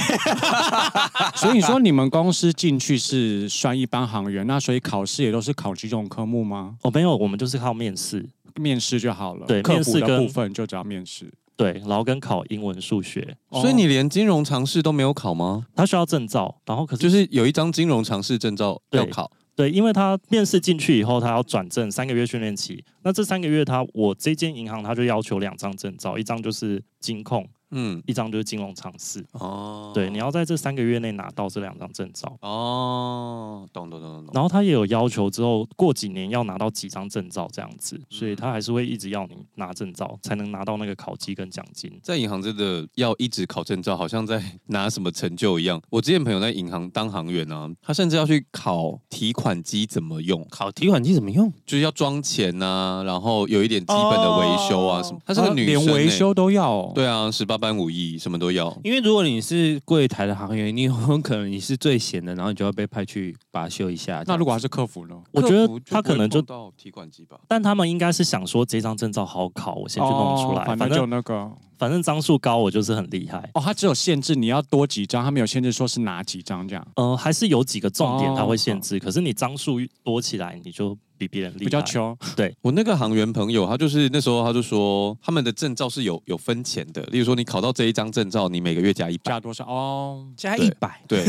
Speaker 3: 所以说你们公司进去是算一般行员，那所以考试也都是考几种科目吗？
Speaker 4: 哦，没有，我们就是靠面试，
Speaker 3: 面试就好了。
Speaker 4: 对
Speaker 3: 客服
Speaker 4: 面试
Speaker 3: 的
Speaker 4: 跟
Speaker 3: 部分就只要面试。
Speaker 4: 对，然后跟考英文、数学，
Speaker 3: 哦
Speaker 2: 所以你连金融常识都没有考吗？
Speaker 4: 他需要证照，然后可是
Speaker 2: 就是有一张金融常识证照
Speaker 4: 对
Speaker 2: 要考，
Speaker 4: 对，因为他面试进去以后，他要转正三个月训练期，那这三个月他我这间银行他就要求两张证照，一张就是金控，
Speaker 2: 嗯，
Speaker 4: 一张就是金融常识。
Speaker 2: 哦，
Speaker 4: 对，你要在这三个月内拿到这两张证照。
Speaker 2: 哦，懂懂懂懂懂。
Speaker 4: 然后他也有要求，之后过几年要拿到几张证照这样子，所
Speaker 3: 嗯
Speaker 4: 以他还是会一直要你拿证照，才能拿到那个考绩跟奖金。
Speaker 2: 在银行真的要一直考证照，好像在 拿什么成就一样。我之前朋友在银行当行员啊，他甚至要去考提款机怎么用，
Speaker 1: 考提款机怎么用？
Speaker 2: 就是要装钱啊，然后有一点基本的维修啊
Speaker 1: 哦
Speaker 2: 什么。她是个
Speaker 3: 啊
Speaker 2: 女生、欸，
Speaker 3: 连维修都要、哦。
Speaker 2: 对啊，十八般武艺什么都要。
Speaker 1: 因为如果你是柜台的行员，你很可能你是最闲的，然后你就要被派去把修一下。
Speaker 3: 那如果他是客服呢？
Speaker 4: 我觉得
Speaker 2: 客服
Speaker 4: 他
Speaker 2: 不会
Speaker 4: 可能就
Speaker 2: 碰到提款机吧。
Speaker 4: 但他们应该是想说这张证照好考，我先去弄出来，
Speaker 3: 哦反
Speaker 4: 反
Speaker 3: 正就
Speaker 4: 正
Speaker 3: 那个
Speaker 4: 反正张数高，我就是很厉害。
Speaker 3: 哦，他只有限制你要多几张，他没有限制说是哪几张这样，
Speaker 4: 呃，还是有几个重点
Speaker 3: 哦
Speaker 4: 他会限制，可是你张数多起来，你就比别人厉害。
Speaker 3: 比较穷。
Speaker 2: 我那个行员朋友，他就是那时候他就说，他们的证照是有有分钱的，例如说你考到这一张证照，你每个月加一百。
Speaker 3: 加 多少？哦，
Speaker 1: 加一百
Speaker 2: 对，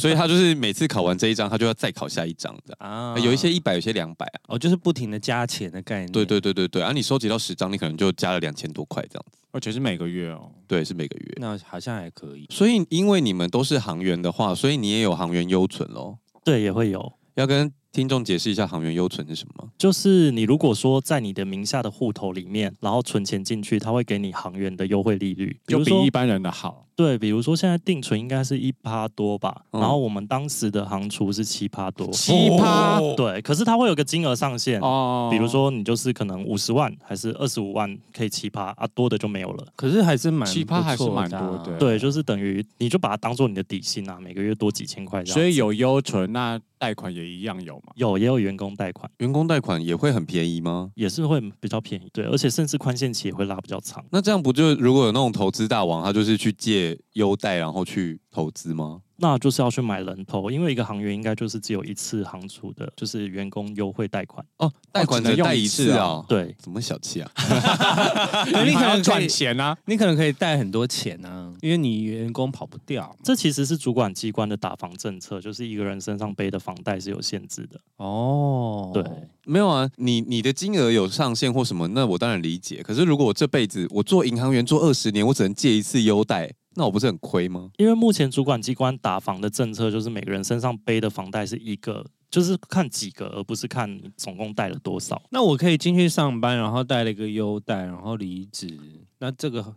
Speaker 2: 所以他就是每次考完这一张，他就要再考下一张这样。
Speaker 1: 啊
Speaker 2: 有一些一百，有些两百啊。
Speaker 1: 哦，就是不停的加钱的概念。
Speaker 2: 对对对对对，啊，你收集到十张，你可能就加了两千多块这样子。
Speaker 3: 而且是每个月哦。
Speaker 2: 对，是每个月。
Speaker 1: 那好像还可以。
Speaker 2: 所以因为你们都是行员的话，所以你也有行员优存喽。
Speaker 4: 对也会有，
Speaker 2: 要跟听众解释一下行员优存是什么吗？
Speaker 4: 就是你如果说在你的名下的户头里面，然后存钱进去，他会给你行员的优惠利率，比
Speaker 3: 就
Speaker 4: 如
Speaker 3: 比
Speaker 4: 说
Speaker 3: 一般人的好，
Speaker 4: 对，比如说现在定存应该是一趴多吧，
Speaker 2: 嗯
Speaker 4: 然后我们当时的行除是七趴多，
Speaker 3: 七趴
Speaker 4: 对，可是它会有个金额上限。
Speaker 3: 哦
Speaker 4: 比如说，你就是可能五十万还是二十五万可以七趴啊，多的就没有了。
Speaker 1: 可是还是蛮
Speaker 3: 奇葩还是
Speaker 1: 不错的啊
Speaker 3: 蛮 多的
Speaker 4: 对，就是等于你就把它当做你的底薪啊，每个月多几千块这样子。
Speaker 3: 所以有优存，那贷款也一样有嘛？
Speaker 4: 有也有员工贷款，
Speaker 2: 员工贷款也会很便宜吗？
Speaker 4: 也是会比较便宜，对，而且甚至宽限期也会拉比较长。
Speaker 2: 那这样不就如果有那种投资大王，他就是去借优贷然后去投资吗？
Speaker 4: 那就是要去买人头，因为一个行员应该就是只有一次行除的，就是员工优惠贷款。
Speaker 2: 哦，贷款只
Speaker 3: 只能用
Speaker 2: 贷一
Speaker 3: 一
Speaker 2: 次
Speaker 3: 次
Speaker 2: 啊
Speaker 3: 啊？
Speaker 4: 对，
Speaker 2: 怎么小气啊？
Speaker 1: 可是你可
Speaker 3: 还
Speaker 1: 能
Speaker 3: 要
Speaker 1: 可以
Speaker 3: 赚，钱啊！
Speaker 1: 你可能可以带很多钱啊。因为你员工跑不掉。
Speaker 4: 这其实是主管机关的打房政策，就是一个人身上背的房贷是有限制的。
Speaker 1: 哦，
Speaker 4: 对，
Speaker 2: 没有啊，你你的金额有上限或什么，那我当然理解。可是如果我这辈子我做银行员做二十年，我只能借一次优待，那我不是很亏吗？
Speaker 4: 因为目前主管机关打房的政策就是每个人身上背的房贷是一个，就是看几个，而不是看你总共贷了多少。
Speaker 1: 那我可以进去上班，然后带了一个优待，然后离职，那这个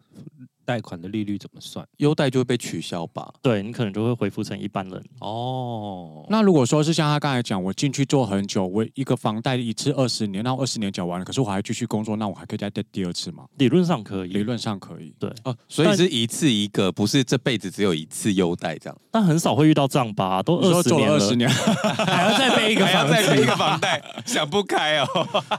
Speaker 1: 贷款的利率怎么算？
Speaker 2: 优待就会被取消吧？
Speaker 4: 对你可能就会恢复成一般人。
Speaker 1: 哦，
Speaker 3: 那如果说是像他刚才讲，我进去做很久，我一个房贷一次二十年，那我二十年缴完了，可是我还继续工作，那我还可以再贷第二次吗？
Speaker 4: 理论上可以，
Speaker 3: 理论上可以。
Speaker 4: 对，
Speaker 2: 哦，所以
Speaker 4: 但
Speaker 2: 是一次一个，不是这辈子只有一次优待这样。
Speaker 4: 但很少会遇到这样吧？都
Speaker 3: 你说
Speaker 4: 二十
Speaker 3: 做
Speaker 4: 年
Speaker 3: 了
Speaker 4: 了，
Speaker 3: 二十年，
Speaker 1: 还要再背一 个
Speaker 2: 还
Speaker 1: 房
Speaker 2: 要再
Speaker 1: 子？
Speaker 2: 背一个房贷，想不开 哦。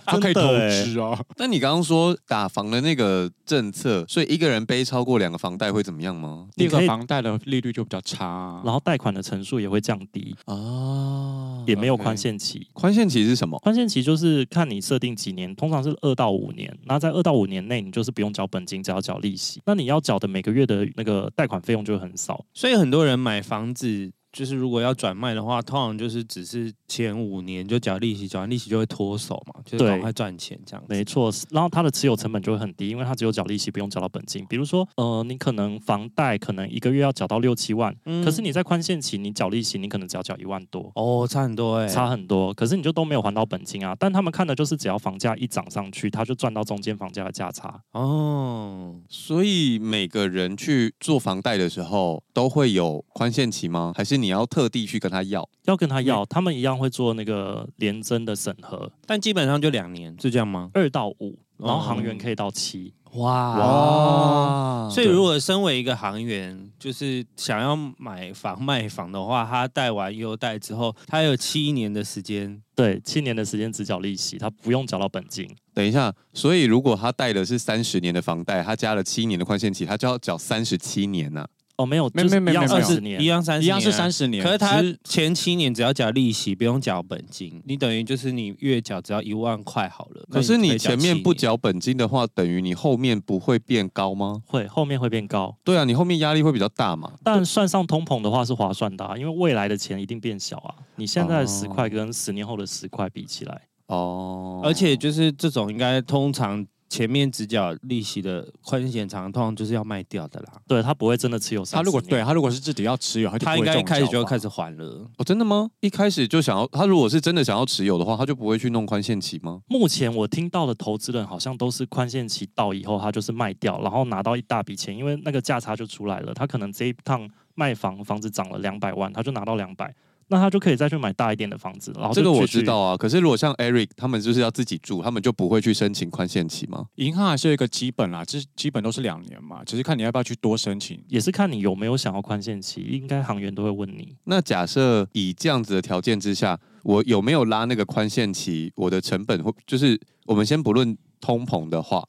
Speaker 3: 他可以
Speaker 4: 真
Speaker 3: 投
Speaker 4: 的欸
Speaker 3: 资哦。
Speaker 2: 那你刚刚说打房的那个政策，所以一个人背超过两个房贷会怎么样吗？
Speaker 3: 第
Speaker 4: 你
Speaker 3: 一
Speaker 4: 可
Speaker 3: 个
Speaker 4: 以
Speaker 3: 房贷的利率就比较差啊，
Speaker 4: 然后贷款的成数也会降低，
Speaker 2: 啊，
Speaker 4: 也没有宽
Speaker 2: OK。
Speaker 4: 限期。
Speaker 2: 宽限期是什么？
Speaker 4: 宽限期就是看你设定几年，通常是二到五年。那在二到五年内，你就是不用缴本金，只要缴利息。那你要缴的每个月的那个贷款费用就会很少。
Speaker 1: 所以很多人买房子，就是如果要转卖的话，通常就是只是前五年就缴利息，缴完利息就会脱手嘛，就是
Speaker 4: 对
Speaker 1: 赶快赚钱这样子。
Speaker 4: 没错，然后它的持有成本就会很低，因为它只有缴利息，不用缴到本金。比如说，呃，你可能房贷可能一个月要缴到六七万，
Speaker 1: 嗯
Speaker 4: 可是你在宽限期，你缴利息，你可能只要缴一万多。
Speaker 1: 哦，差很多哎、
Speaker 4: 差很多，可是你就都没有还到本金啊。但他们看的就是，只要房价一涨上去，他就赚到中间房价的价差。
Speaker 1: 哦。
Speaker 2: 所以每个人去做房贷的时候都会有宽限期吗？还是你要特地去跟他要？
Speaker 4: 要跟他要，他们一样会做那个联征的审核，
Speaker 1: 但基本上就两年，是这样吗？
Speaker 4: 二到五，然后
Speaker 1: 哦
Speaker 4: 行员可以到七。
Speaker 1: 哇哦
Speaker 2: 哇，
Speaker 1: 所以，如果身为一个行员，就是想要买房卖房的话，他贷完优贷之后，他有七年的时间。
Speaker 4: 对，七年的时间只缴利息，他不用缴到本金。
Speaker 2: 等一下，所以如果他贷的是三十年的房贷，他加了七年的宽限期，他就要缴三十七年啊呐、
Speaker 4: 哦，没有，
Speaker 3: 没
Speaker 4: 就是
Speaker 3: 没
Speaker 4: 一样
Speaker 3: 没没
Speaker 4: 二
Speaker 3: 有
Speaker 4: 十
Speaker 1: 一
Speaker 4: 年。
Speaker 1: 样三十，啊
Speaker 3: 一样是三，十年，
Speaker 1: 可是他
Speaker 3: 只
Speaker 1: 前七年只要缴利息，不用缴本金，你等于就是你月缴只要一万块好了。
Speaker 2: 可是
Speaker 1: 那
Speaker 2: 你
Speaker 1: 可以
Speaker 2: 前面不
Speaker 1: 七年，
Speaker 2: 缴本金的话，等于你后面不会变高吗？
Speaker 4: 会后面会变高，
Speaker 2: 对啊，你后面压力会比较大嘛。
Speaker 4: 但算上通膨的话是划算的、啊，因为未来的钱一定变小啊。你现在的十
Speaker 2: 哦
Speaker 4: 块跟十年后的十块比起来，
Speaker 2: 哦，
Speaker 1: 而且就是这种应该通常前面只缴利息的宽限长，通常就是要卖掉的啦。
Speaker 4: 对他不会真的持有30年。
Speaker 3: 他如果对啊他如果是自己要持有，他就
Speaker 1: 他应该一开始就要开
Speaker 3: 始。
Speaker 1: 始还了。
Speaker 2: 哦，真的吗？一开始就想要他，如果是真的想要持有的话，他就不会去弄宽限期吗？
Speaker 4: 目前我听到的投资人好像都是宽限期到以后，他就是卖掉，然后拿到一大笔钱，因为那个价差就出来了。他可能这一趟卖房，房子涨了两百万，他就拿到两百，那他就可以再去买大一点的房子。然后就
Speaker 2: 这个我
Speaker 4: 继续
Speaker 2: 知道，啊。可是如果像 Eric 他们就是要自己住，他们就不会去申请宽限期吗？
Speaker 3: 银行还是有一个基本啦，这基本都是两年嘛，只是看你要不要去多申请。
Speaker 4: 也是看你有没有想要宽限期，应该行员都会问你。
Speaker 2: 那假设以这样子的条件之下，我有没有拉那个宽限期？我的成本会就是我们先不论通膨的话，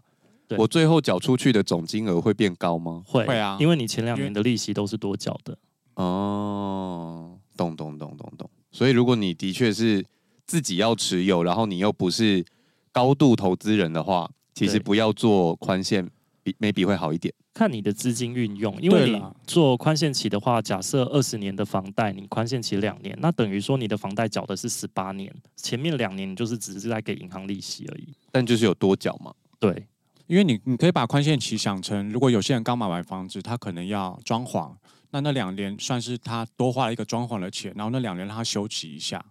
Speaker 4: 对
Speaker 2: 我最后缴出去的总金额会变高吗？
Speaker 4: 会
Speaker 3: 会啊
Speaker 4: 因为你前两
Speaker 3: 因为
Speaker 4: 年的利息都是多缴的，
Speaker 2: 哦，懂懂懂懂懂。所以如果你的确是自己要持有，然后你又不是高度投资人的话，其实
Speaker 4: 对
Speaker 2: 不要做宽限，比 maybe 会好一点。
Speaker 4: 看你的资金运用。因为
Speaker 3: 对
Speaker 4: 你
Speaker 3: 啦
Speaker 4: 做宽限期的话，假设二十年的房贷，你宽限期两年，那等于说你的房贷缴的是十八年，前面两年你就是只是在给银行利息而已。
Speaker 2: 但就是有多缴嘛。
Speaker 4: 对，
Speaker 3: 因为你你可以把宽限期想成，如果有些人刚买完房子，他可能要装潢，那那两年算是他多花了一个装潢的钱，然后那两年让他休息一下，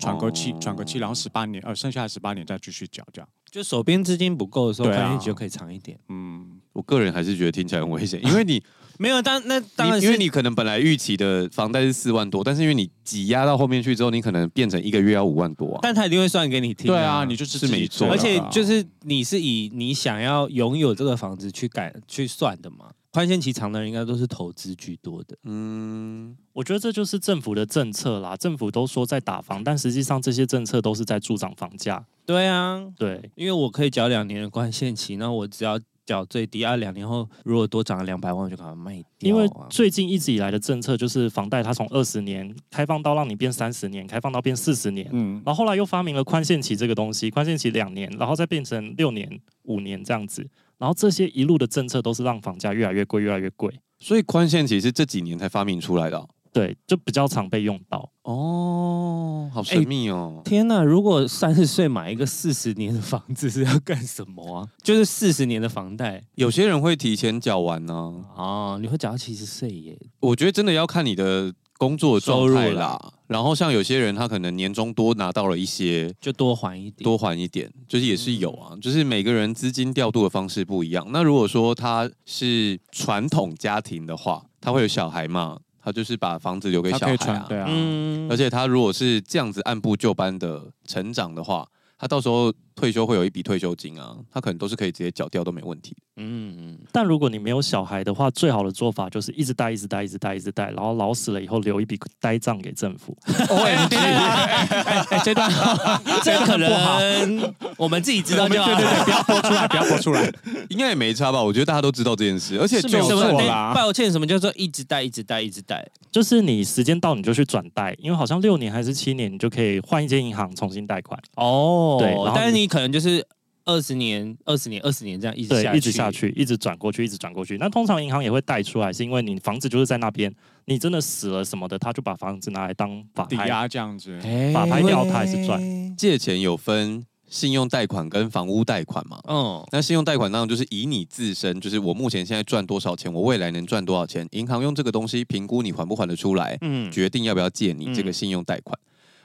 Speaker 3: 喘个气，
Speaker 2: 哦
Speaker 3: 喘个气，然后十八年，呃，剩下的十八年再继续缴，这样，
Speaker 1: 就手边资金不够的时候，
Speaker 3: 对啊
Speaker 1: 宽限期就可以长一点。
Speaker 3: 嗯，
Speaker 2: 我个人还是觉得听起来很危险，因为你，
Speaker 1: 没有，当那当然
Speaker 2: 你
Speaker 1: 是
Speaker 2: 因为你可能本来预期的房贷是四万多，但是因为你挤压到后面去之后，你可能变成一个月要五万多啊。
Speaker 1: 但他一定会算给你听、
Speaker 3: 对啊，你就是
Speaker 2: 是
Speaker 3: 自己
Speaker 2: 没错
Speaker 3: 做
Speaker 1: 而
Speaker 3: 的
Speaker 1: 且
Speaker 3: 啊
Speaker 1: 就是你是以你想要拥有这个房子去改去算的嘛。宽限期长的人应该都是投资居多的，
Speaker 2: 嗯，
Speaker 4: 我觉得这就是政府的政策啦，政府都说在打房，但实际上这些政策都是在助长房价。
Speaker 1: 对啊，
Speaker 4: 对，
Speaker 1: 因为我可以缴两年的宽限期，那我只要缴最低啊，两年后如果多涨了两百万，我就赶快卖
Speaker 4: 因
Speaker 1: 掉、啊。
Speaker 4: 为最近一直以来的政策就是房贷，它从二十年开放到让你变三十年，开放到变四十年，
Speaker 3: 嗯，
Speaker 4: 然后后来又发明了宽限期这个东西，宽限期两年，然后再变成六年、五年这样子，然后这些一路的政策都是让房价越来越贵，越来越贵。
Speaker 2: 所以宽限期是这几年才发明出来的啊
Speaker 4: 对，就比较常被用到。
Speaker 2: 哦，哦
Speaker 1: 哎
Speaker 2: 好神秘哦。
Speaker 1: 天呐！如果三十岁买一个四十年的房子是要干什么啊？就是四十年的房贷
Speaker 2: 有些人会提前缴完呢、
Speaker 1: 哦，你会缴到七十岁耶？
Speaker 2: 我觉得真的要看你的工作状态
Speaker 1: 收入
Speaker 2: 啦
Speaker 1: 啦。
Speaker 2: 然后像有些人他可能年终多拿到了一些，
Speaker 1: 就多还一点。
Speaker 2: 多还一点，就是也是有啊，就是每个人资金调度的方式不一样。那如果说他是传统家庭的话，他会有小孩嘛，他就是把房子留给
Speaker 3: 他
Speaker 2: 小
Speaker 3: 可
Speaker 2: 孩
Speaker 3: 以传
Speaker 2: 啊。
Speaker 3: 对啊，
Speaker 1: 嗯
Speaker 2: 而且他如果是这样子按部就班的成长的话，他到时候退休会有一笔退休金啊，他可能都是可以直接缴掉都没问题。
Speaker 1: 嗯，
Speaker 4: 但如果你没有小孩的话，最好的做法就是一直贷、一直贷、一直贷、一直贷，然后老死了以后留一笔呆账给政府。
Speaker 1: 哦
Speaker 3: O
Speaker 1: 哎
Speaker 3: M G，这段
Speaker 1: 这可
Speaker 3: 不好
Speaker 1: 能我们自己知道就好。
Speaker 3: 对对对，不要播出来，不要播出来。
Speaker 2: 应该也没差吧？我觉得大家都知道这件事，而且
Speaker 3: 是
Speaker 2: 就
Speaker 3: 没有
Speaker 1: 什么
Speaker 3: 错
Speaker 1: 哎
Speaker 3: 啦
Speaker 1: 抱歉，什么叫做一直贷、一直贷、一直贷？
Speaker 4: 就是你时间到你就去转贷，因为好像六年还是七年，你就可以换一间银行重新贷款。
Speaker 1: 哦
Speaker 4: 对然后
Speaker 1: 但是你可能就是二十年、二十年、二十年这样一直下
Speaker 4: 对，
Speaker 1: 去，
Speaker 4: 一直下。去，一直转过去，一直转过去。那通常银行也会贷出来，是因为你房子就是在那边，你真的死了什么的，他就把房子拿来当法
Speaker 3: 抵
Speaker 4: 拍。
Speaker 3: 押这样子，
Speaker 1: 哎
Speaker 4: 法拍掉它还是赚。
Speaker 2: 借钱有分信用贷款跟房屋贷款嘛。
Speaker 1: 嗯，
Speaker 2: 那信用贷款当然就是以你自身，就是我目前现在赚多少钱，我未来能赚多少钱，银行用这个东西评估你还不还得出来，
Speaker 1: 嗯，
Speaker 2: 决定要不要借你这个
Speaker 1: 嗯
Speaker 2: 信用贷款。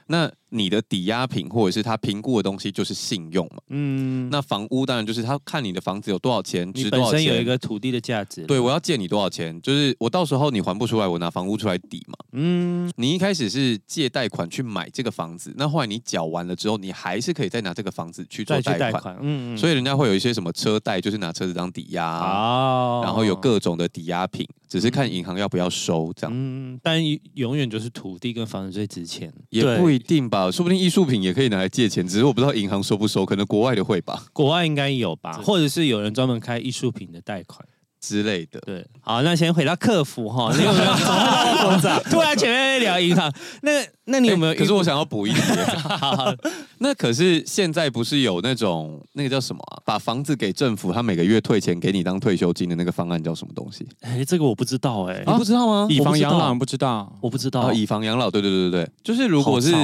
Speaker 2: 那你的抵押品或者是他评估的东西就是信用嘛？
Speaker 1: 嗯，
Speaker 2: 那房屋当然就是他看你的房子有多少钱，值
Speaker 1: 你
Speaker 2: 多
Speaker 1: 本
Speaker 2: 少
Speaker 1: 身有一
Speaker 2: 钱。
Speaker 1: 个土地的价值。
Speaker 2: 对，，我要借你多少钱？就是我到时候你还不出来，我拿房屋出来抵嘛。
Speaker 1: 嗯，
Speaker 2: 你一开始是借贷款去买这个房子，那后来你缴完了之后，你还是可以再拿这个房子去做
Speaker 1: 再去
Speaker 2: 贷
Speaker 1: 贷
Speaker 2: 款。
Speaker 1: 款，嗯，嗯
Speaker 2: 所以人家会有一些什么车贷，就是拿车子当抵押啊、
Speaker 1: 哦，
Speaker 2: 然后有各种的抵押品，只是看银行要不要收，这样、
Speaker 1: 嗯，但永远就是土地跟房子最值钱。
Speaker 2: 也
Speaker 4: 对
Speaker 2: 不一定吧，说不定艺术品也可以拿来借钱，只是我不知道银行收不收，可能国外的会吧
Speaker 1: 国外应该有吧，
Speaker 4: 这
Speaker 1: 或者是有人专门开艺术品的贷款。
Speaker 2: 之类的。
Speaker 1: 对，好，那先回到客 服哈，你有没有 突然前面聊银行？那那你有没有
Speaker 2: 欸
Speaker 1: 遇？
Speaker 2: 可是我想要补一 点，
Speaker 1: 好好
Speaker 2: 那可是现在不是有那种那个叫什么啊、把房子给政府，他每个月退钱给你当退休金的那个方案叫什么东西？
Speaker 4: 哎，这个我不知道哎、
Speaker 1: 啊
Speaker 2: 你不知道吗？
Speaker 3: 以
Speaker 4: 我不
Speaker 3: 防
Speaker 4: 知
Speaker 3: 养
Speaker 4: 道
Speaker 3: 老，不知道。
Speaker 4: 我不知
Speaker 1: 哦
Speaker 4: 道。
Speaker 2: 啊，以防养老，对对对对对，就是如
Speaker 4: 如
Speaker 2: 果是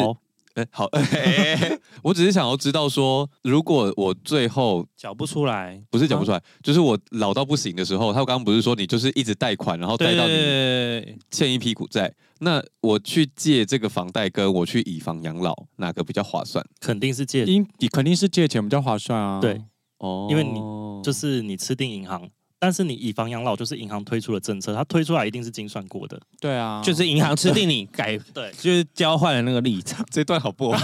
Speaker 2: 哎、好， 欸我只是想要知道说，如果我最后
Speaker 1: 缴不出来，
Speaker 2: 不是讲不出来，就是我老到不行的时候，他刚刚不是说你就是一直贷款，然后贷
Speaker 1: 对
Speaker 2: 到
Speaker 1: 对
Speaker 2: 你
Speaker 1: 对对
Speaker 2: 欠一屁股债。那我去借这个房贷，跟我去以房养老，哪个比较划算？
Speaker 4: 肯定是借，
Speaker 3: 因你肯定是借钱比较划算啊。
Speaker 4: 对，
Speaker 2: 哦
Speaker 4: 因为你就是你吃定银行。但是你以防养老，就是银行推出的政策，它推出来一定是精算过的。
Speaker 3: 对啊，
Speaker 1: 就是银行吃定 你改，
Speaker 4: 对
Speaker 1: 就是交换了那个立场。
Speaker 2: 这段好不 OK？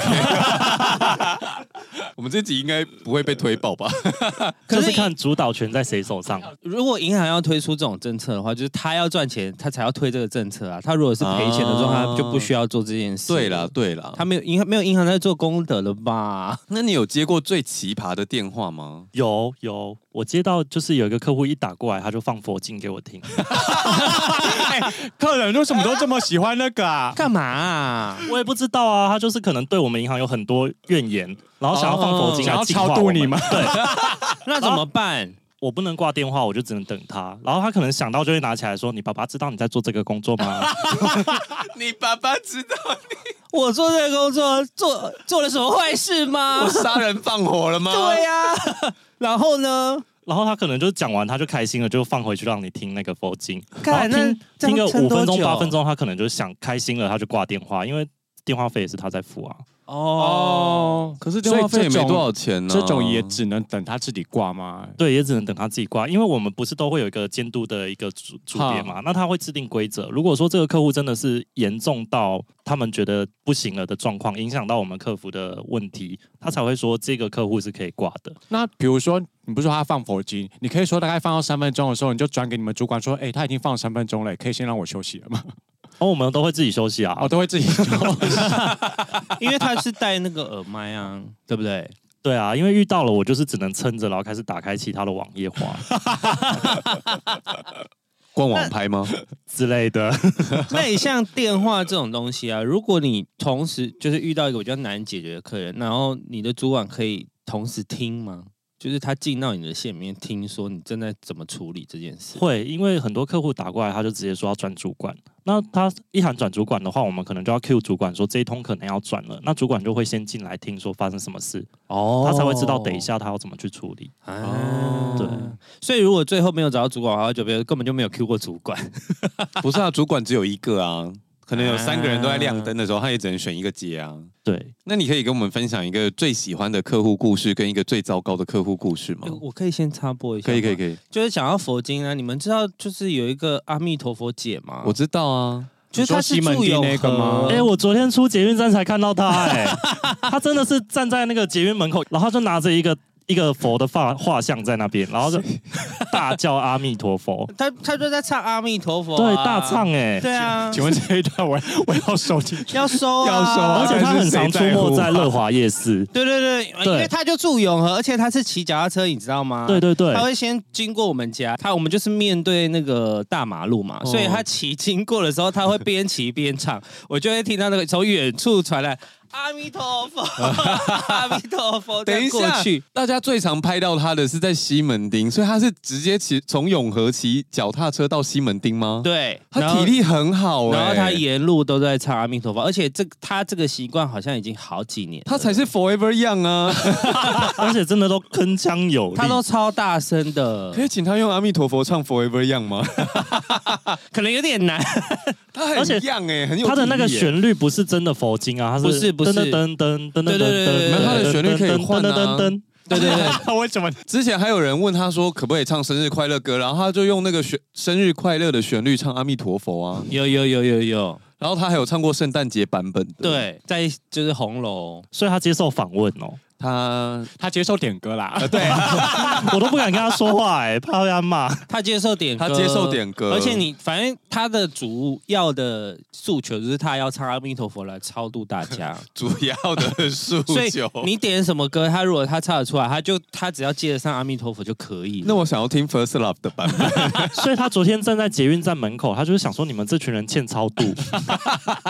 Speaker 2: 我们这集应该不会被推爆吧？
Speaker 1: 可
Speaker 4: 就是是看主导权在谁手上。
Speaker 1: 如果银行要推出这种政策的话，就是他要赚钱，他才要推这个政策啊。他如果是赔钱的状态，
Speaker 2: 啊
Speaker 1: 他就不需要做这件事。
Speaker 2: 对啦，，对啦。
Speaker 1: 他没有银行没有银行在做功德了吧？
Speaker 2: 那你有接过最奇葩的电话吗？
Speaker 4: 有有，我接到就是有一个客户一打过来，他就放佛经给我听，
Speaker 3: 哎客人为什么都这么喜欢那个 啊？
Speaker 1: 干嘛、啊？
Speaker 4: 我也不知道啊，他就是可能对我们银行有很多怨言，然后想要放佛经
Speaker 3: 哦想
Speaker 4: 来
Speaker 3: 要
Speaker 4: 净化
Speaker 3: 超
Speaker 4: 我
Speaker 3: 度
Speaker 4: 们
Speaker 3: 你吗？？
Speaker 1: 那怎么办？
Speaker 4: 我不能挂电话，我就只能等他。然后他可能想到就会拿起来说：“你爸爸知道你在做这个工作吗
Speaker 2: 你爸爸知道
Speaker 1: 我做这个工作做做了什么坏事吗
Speaker 2: 我？杀人放火了吗？
Speaker 1: 对、啊呀、 然后呢？？”
Speaker 4: 然后他可能就讲完，他就开心了，就放回去让你听那个佛经。
Speaker 1: 看
Speaker 4: 然后
Speaker 1: 那
Speaker 4: 听
Speaker 1: 这
Speaker 4: 听
Speaker 1: 样
Speaker 4: 个
Speaker 1: 撑
Speaker 4: 五分
Speaker 1: 多
Speaker 4: 钟
Speaker 1: 久
Speaker 4: 八分钟，他可能就想开心了，他就挂电话，因为电话费也是他在付啊。
Speaker 1: 哦。
Speaker 2: 可是电话费也没多少
Speaker 3: 啊
Speaker 2: 钱呢、
Speaker 3: 这种也只能等他自己挂吗？
Speaker 4: 对，也只能等他自己挂，因为我们不是都会有一个监督的一个组组别嘛，那他会制定规则。如果说这个客户真的是严重到他们觉得不行了的状况，影响到我们客服的问题，他才会说这个客户是可以挂的。
Speaker 3: 那比如说，你不是说他放佛经，你可以说大概放到三分钟的时候，你就转给你们主管说，哎、他已经放了三分钟了，可以先让我休息了吗？
Speaker 4: 然后我们都会自己休息啊。
Speaker 3: 哦我、都会自己做。
Speaker 1: 因为他是戴那个耳麦啊，对不对？
Speaker 4: 对啊，因为遇到了我就是只能撑着，然后开始打开其他的网页滑
Speaker 2: 逛网拍吗？
Speaker 4: 之类的。
Speaker 1: 那你像电话这种东西啊，如果你同时就是遇到一个比较难解决的客人，然后你的主管可以同时听吗？就是他进到你的线里面，听说你正在怎么处理这件事。
Speaker 4: 会，因为很多客户打过来，他就直接说要转主管。那他一喊转主管的话，我们可能就要 Q 主管说这一通可能要转了。那主管就会先进来听说发生什么事，
Speaker 1: 哦
Speaker 4: 他才会知道等一下他要怎么去处理。
Speaker 1: 啊，
Speaker 4: 对。
Speaker 1: 所以如果最后没有找到主管，好久没有根本就没有 Q 过主管。
Speaker 2: 不是啊，主管只有一个啊，可能有三个人都在亮灯的时候，他也只能选一个接啊。
Speaker 4: 对，
Speaker 2: 那你可以跟我们分享一个最喜欢的客户故事跟一个最糟糕的客户故事吗
Speaker 1: 欸？我可以先插播一下，
Speaker 2: 哦可以，可以，
Speaker 1: 以，
Speaker 2: 可以，
Speaker 1: 就是讲到佛经啊，你们知道就是有一个阿弥陀佛姐吗？
Speaker 2: 我知道啊。
Speaker 1: 就是她是住永和
Speaker 3: 你说西门町那个
Speaker 1: 哦
Speaker 3: 吗
Speaker 4: 哎、
Speaker 3: 呃
Speaker 4: 我昨天出捷运站才看到他、哎，他真的是站在那个捷运门口，然后就拿着一个一个佛的画画像在那边，然后就大叫阿弥陀佛，
Speaker 1: 她她就在唱阿弥陀佛、
Speaker 4: 对，大，唱 哎、
Speaker 1: 对啊，
Speaker 3: 请问这一段我我要收进去？
Speaker 1: 要收、啊，
Speaker 2: 要收
Speaker 4: 哦而且他很常出没在乐华 夜市，
Speaker 1: 对对对，因为他就住永和，而且他是骑脚踏车，你知道吗？
Speaker 4: 对对对
Speaker 1: 他，会先经过我们家，他我们就是面对那个大马路嘛，
Speaker 2: 哦
Speaker 1: 所以他骑经过的时候，他会边骑边唱， 我就会听到那个从远处传来阿弥陀 佛，阿弥陀佛，
Speaker 2: 等一
Speaker 1: 这样
Speaker 2: 下
Speaker 1: 过去，，
Speaker 2: 大家最常拍到他的是在西门町，所以他是直接骑从永和骑脚踏车到西门町吗？，
Speaker 1: 对，然
Speaker 2: 他
Speaker 1: 后
Speaker 2: 体。力很好、欸，
Speaker 1: 然后他沿路都在唱阿弥陀佛，而且这他这个习惯好像已经好几年了，
Speaker 2: 他才是 forever young 啊！
Speaker 4: 而且真的都铿锵有力，
Speaker 1: 他都超大声的
Speaker 2: 可，以请他用阿弥陀佛唱 forever young 吗？
Speaker 1: 可能有点难。
Speaker 2: 他
Speaker 4: 而且
Speaker 2: 很 young 哎、很有
Speaker 4: 他的那个
Speaker 2: 体力欸
Speaker 4: 旋律不是真的佛经啊，它
Speaker 1: 不是不是
Speaker 4: 噔噔噔噔噔噔
Speaker 1: 对对对对对
Speaker 4: 噔噔
Speaker 1: 它
Speaker 2: 的旋律可以换啊
Speaker 4: 噔噔噔
Speaker 1: 对对对，
Speaker 4: 噔，为什么？
Speaker 2: 之前还有人问他说可不可以唱生日快乐歌，然后他就用那个旋生日快乐的旋律唱阿弥陀佛啊，
Speaker 1: 有有有有有，
Speaker 2: 然后他还有唱过圣诞节版本的。，
Speaker 1: 对，在就是红楼，
Speaker 4: 所以他接受访问哦，
Speaker 2: 他 呃
Speaker 3: 他接受点歌 啦，
Speaker 2: 对
Speaker 4: 我都不敢跟他说话哎，怕被他骂。
Speaker 1: 他接受点歌，
Speaker 2: 他接受点歌，
Speaker 1: 而且你反正他的主要的诉求就是他要唱阿弥陀佛来超度 大家，
Speaker 2: 主要的诉
Speaker 1: 所以
Speaker 2: 求。
Speaker 1: 你点什么歌，他如果他唱得出来，他就他只要接得上阿弥陀佛就可以
Speaker 2: 那
Speaker 1: 了。
Speaker 2: 我想要听 First Love 的 版本，
Speaker 4: 所以他昨天站在捷运站门口，他就是想说你们这群人欠超 度，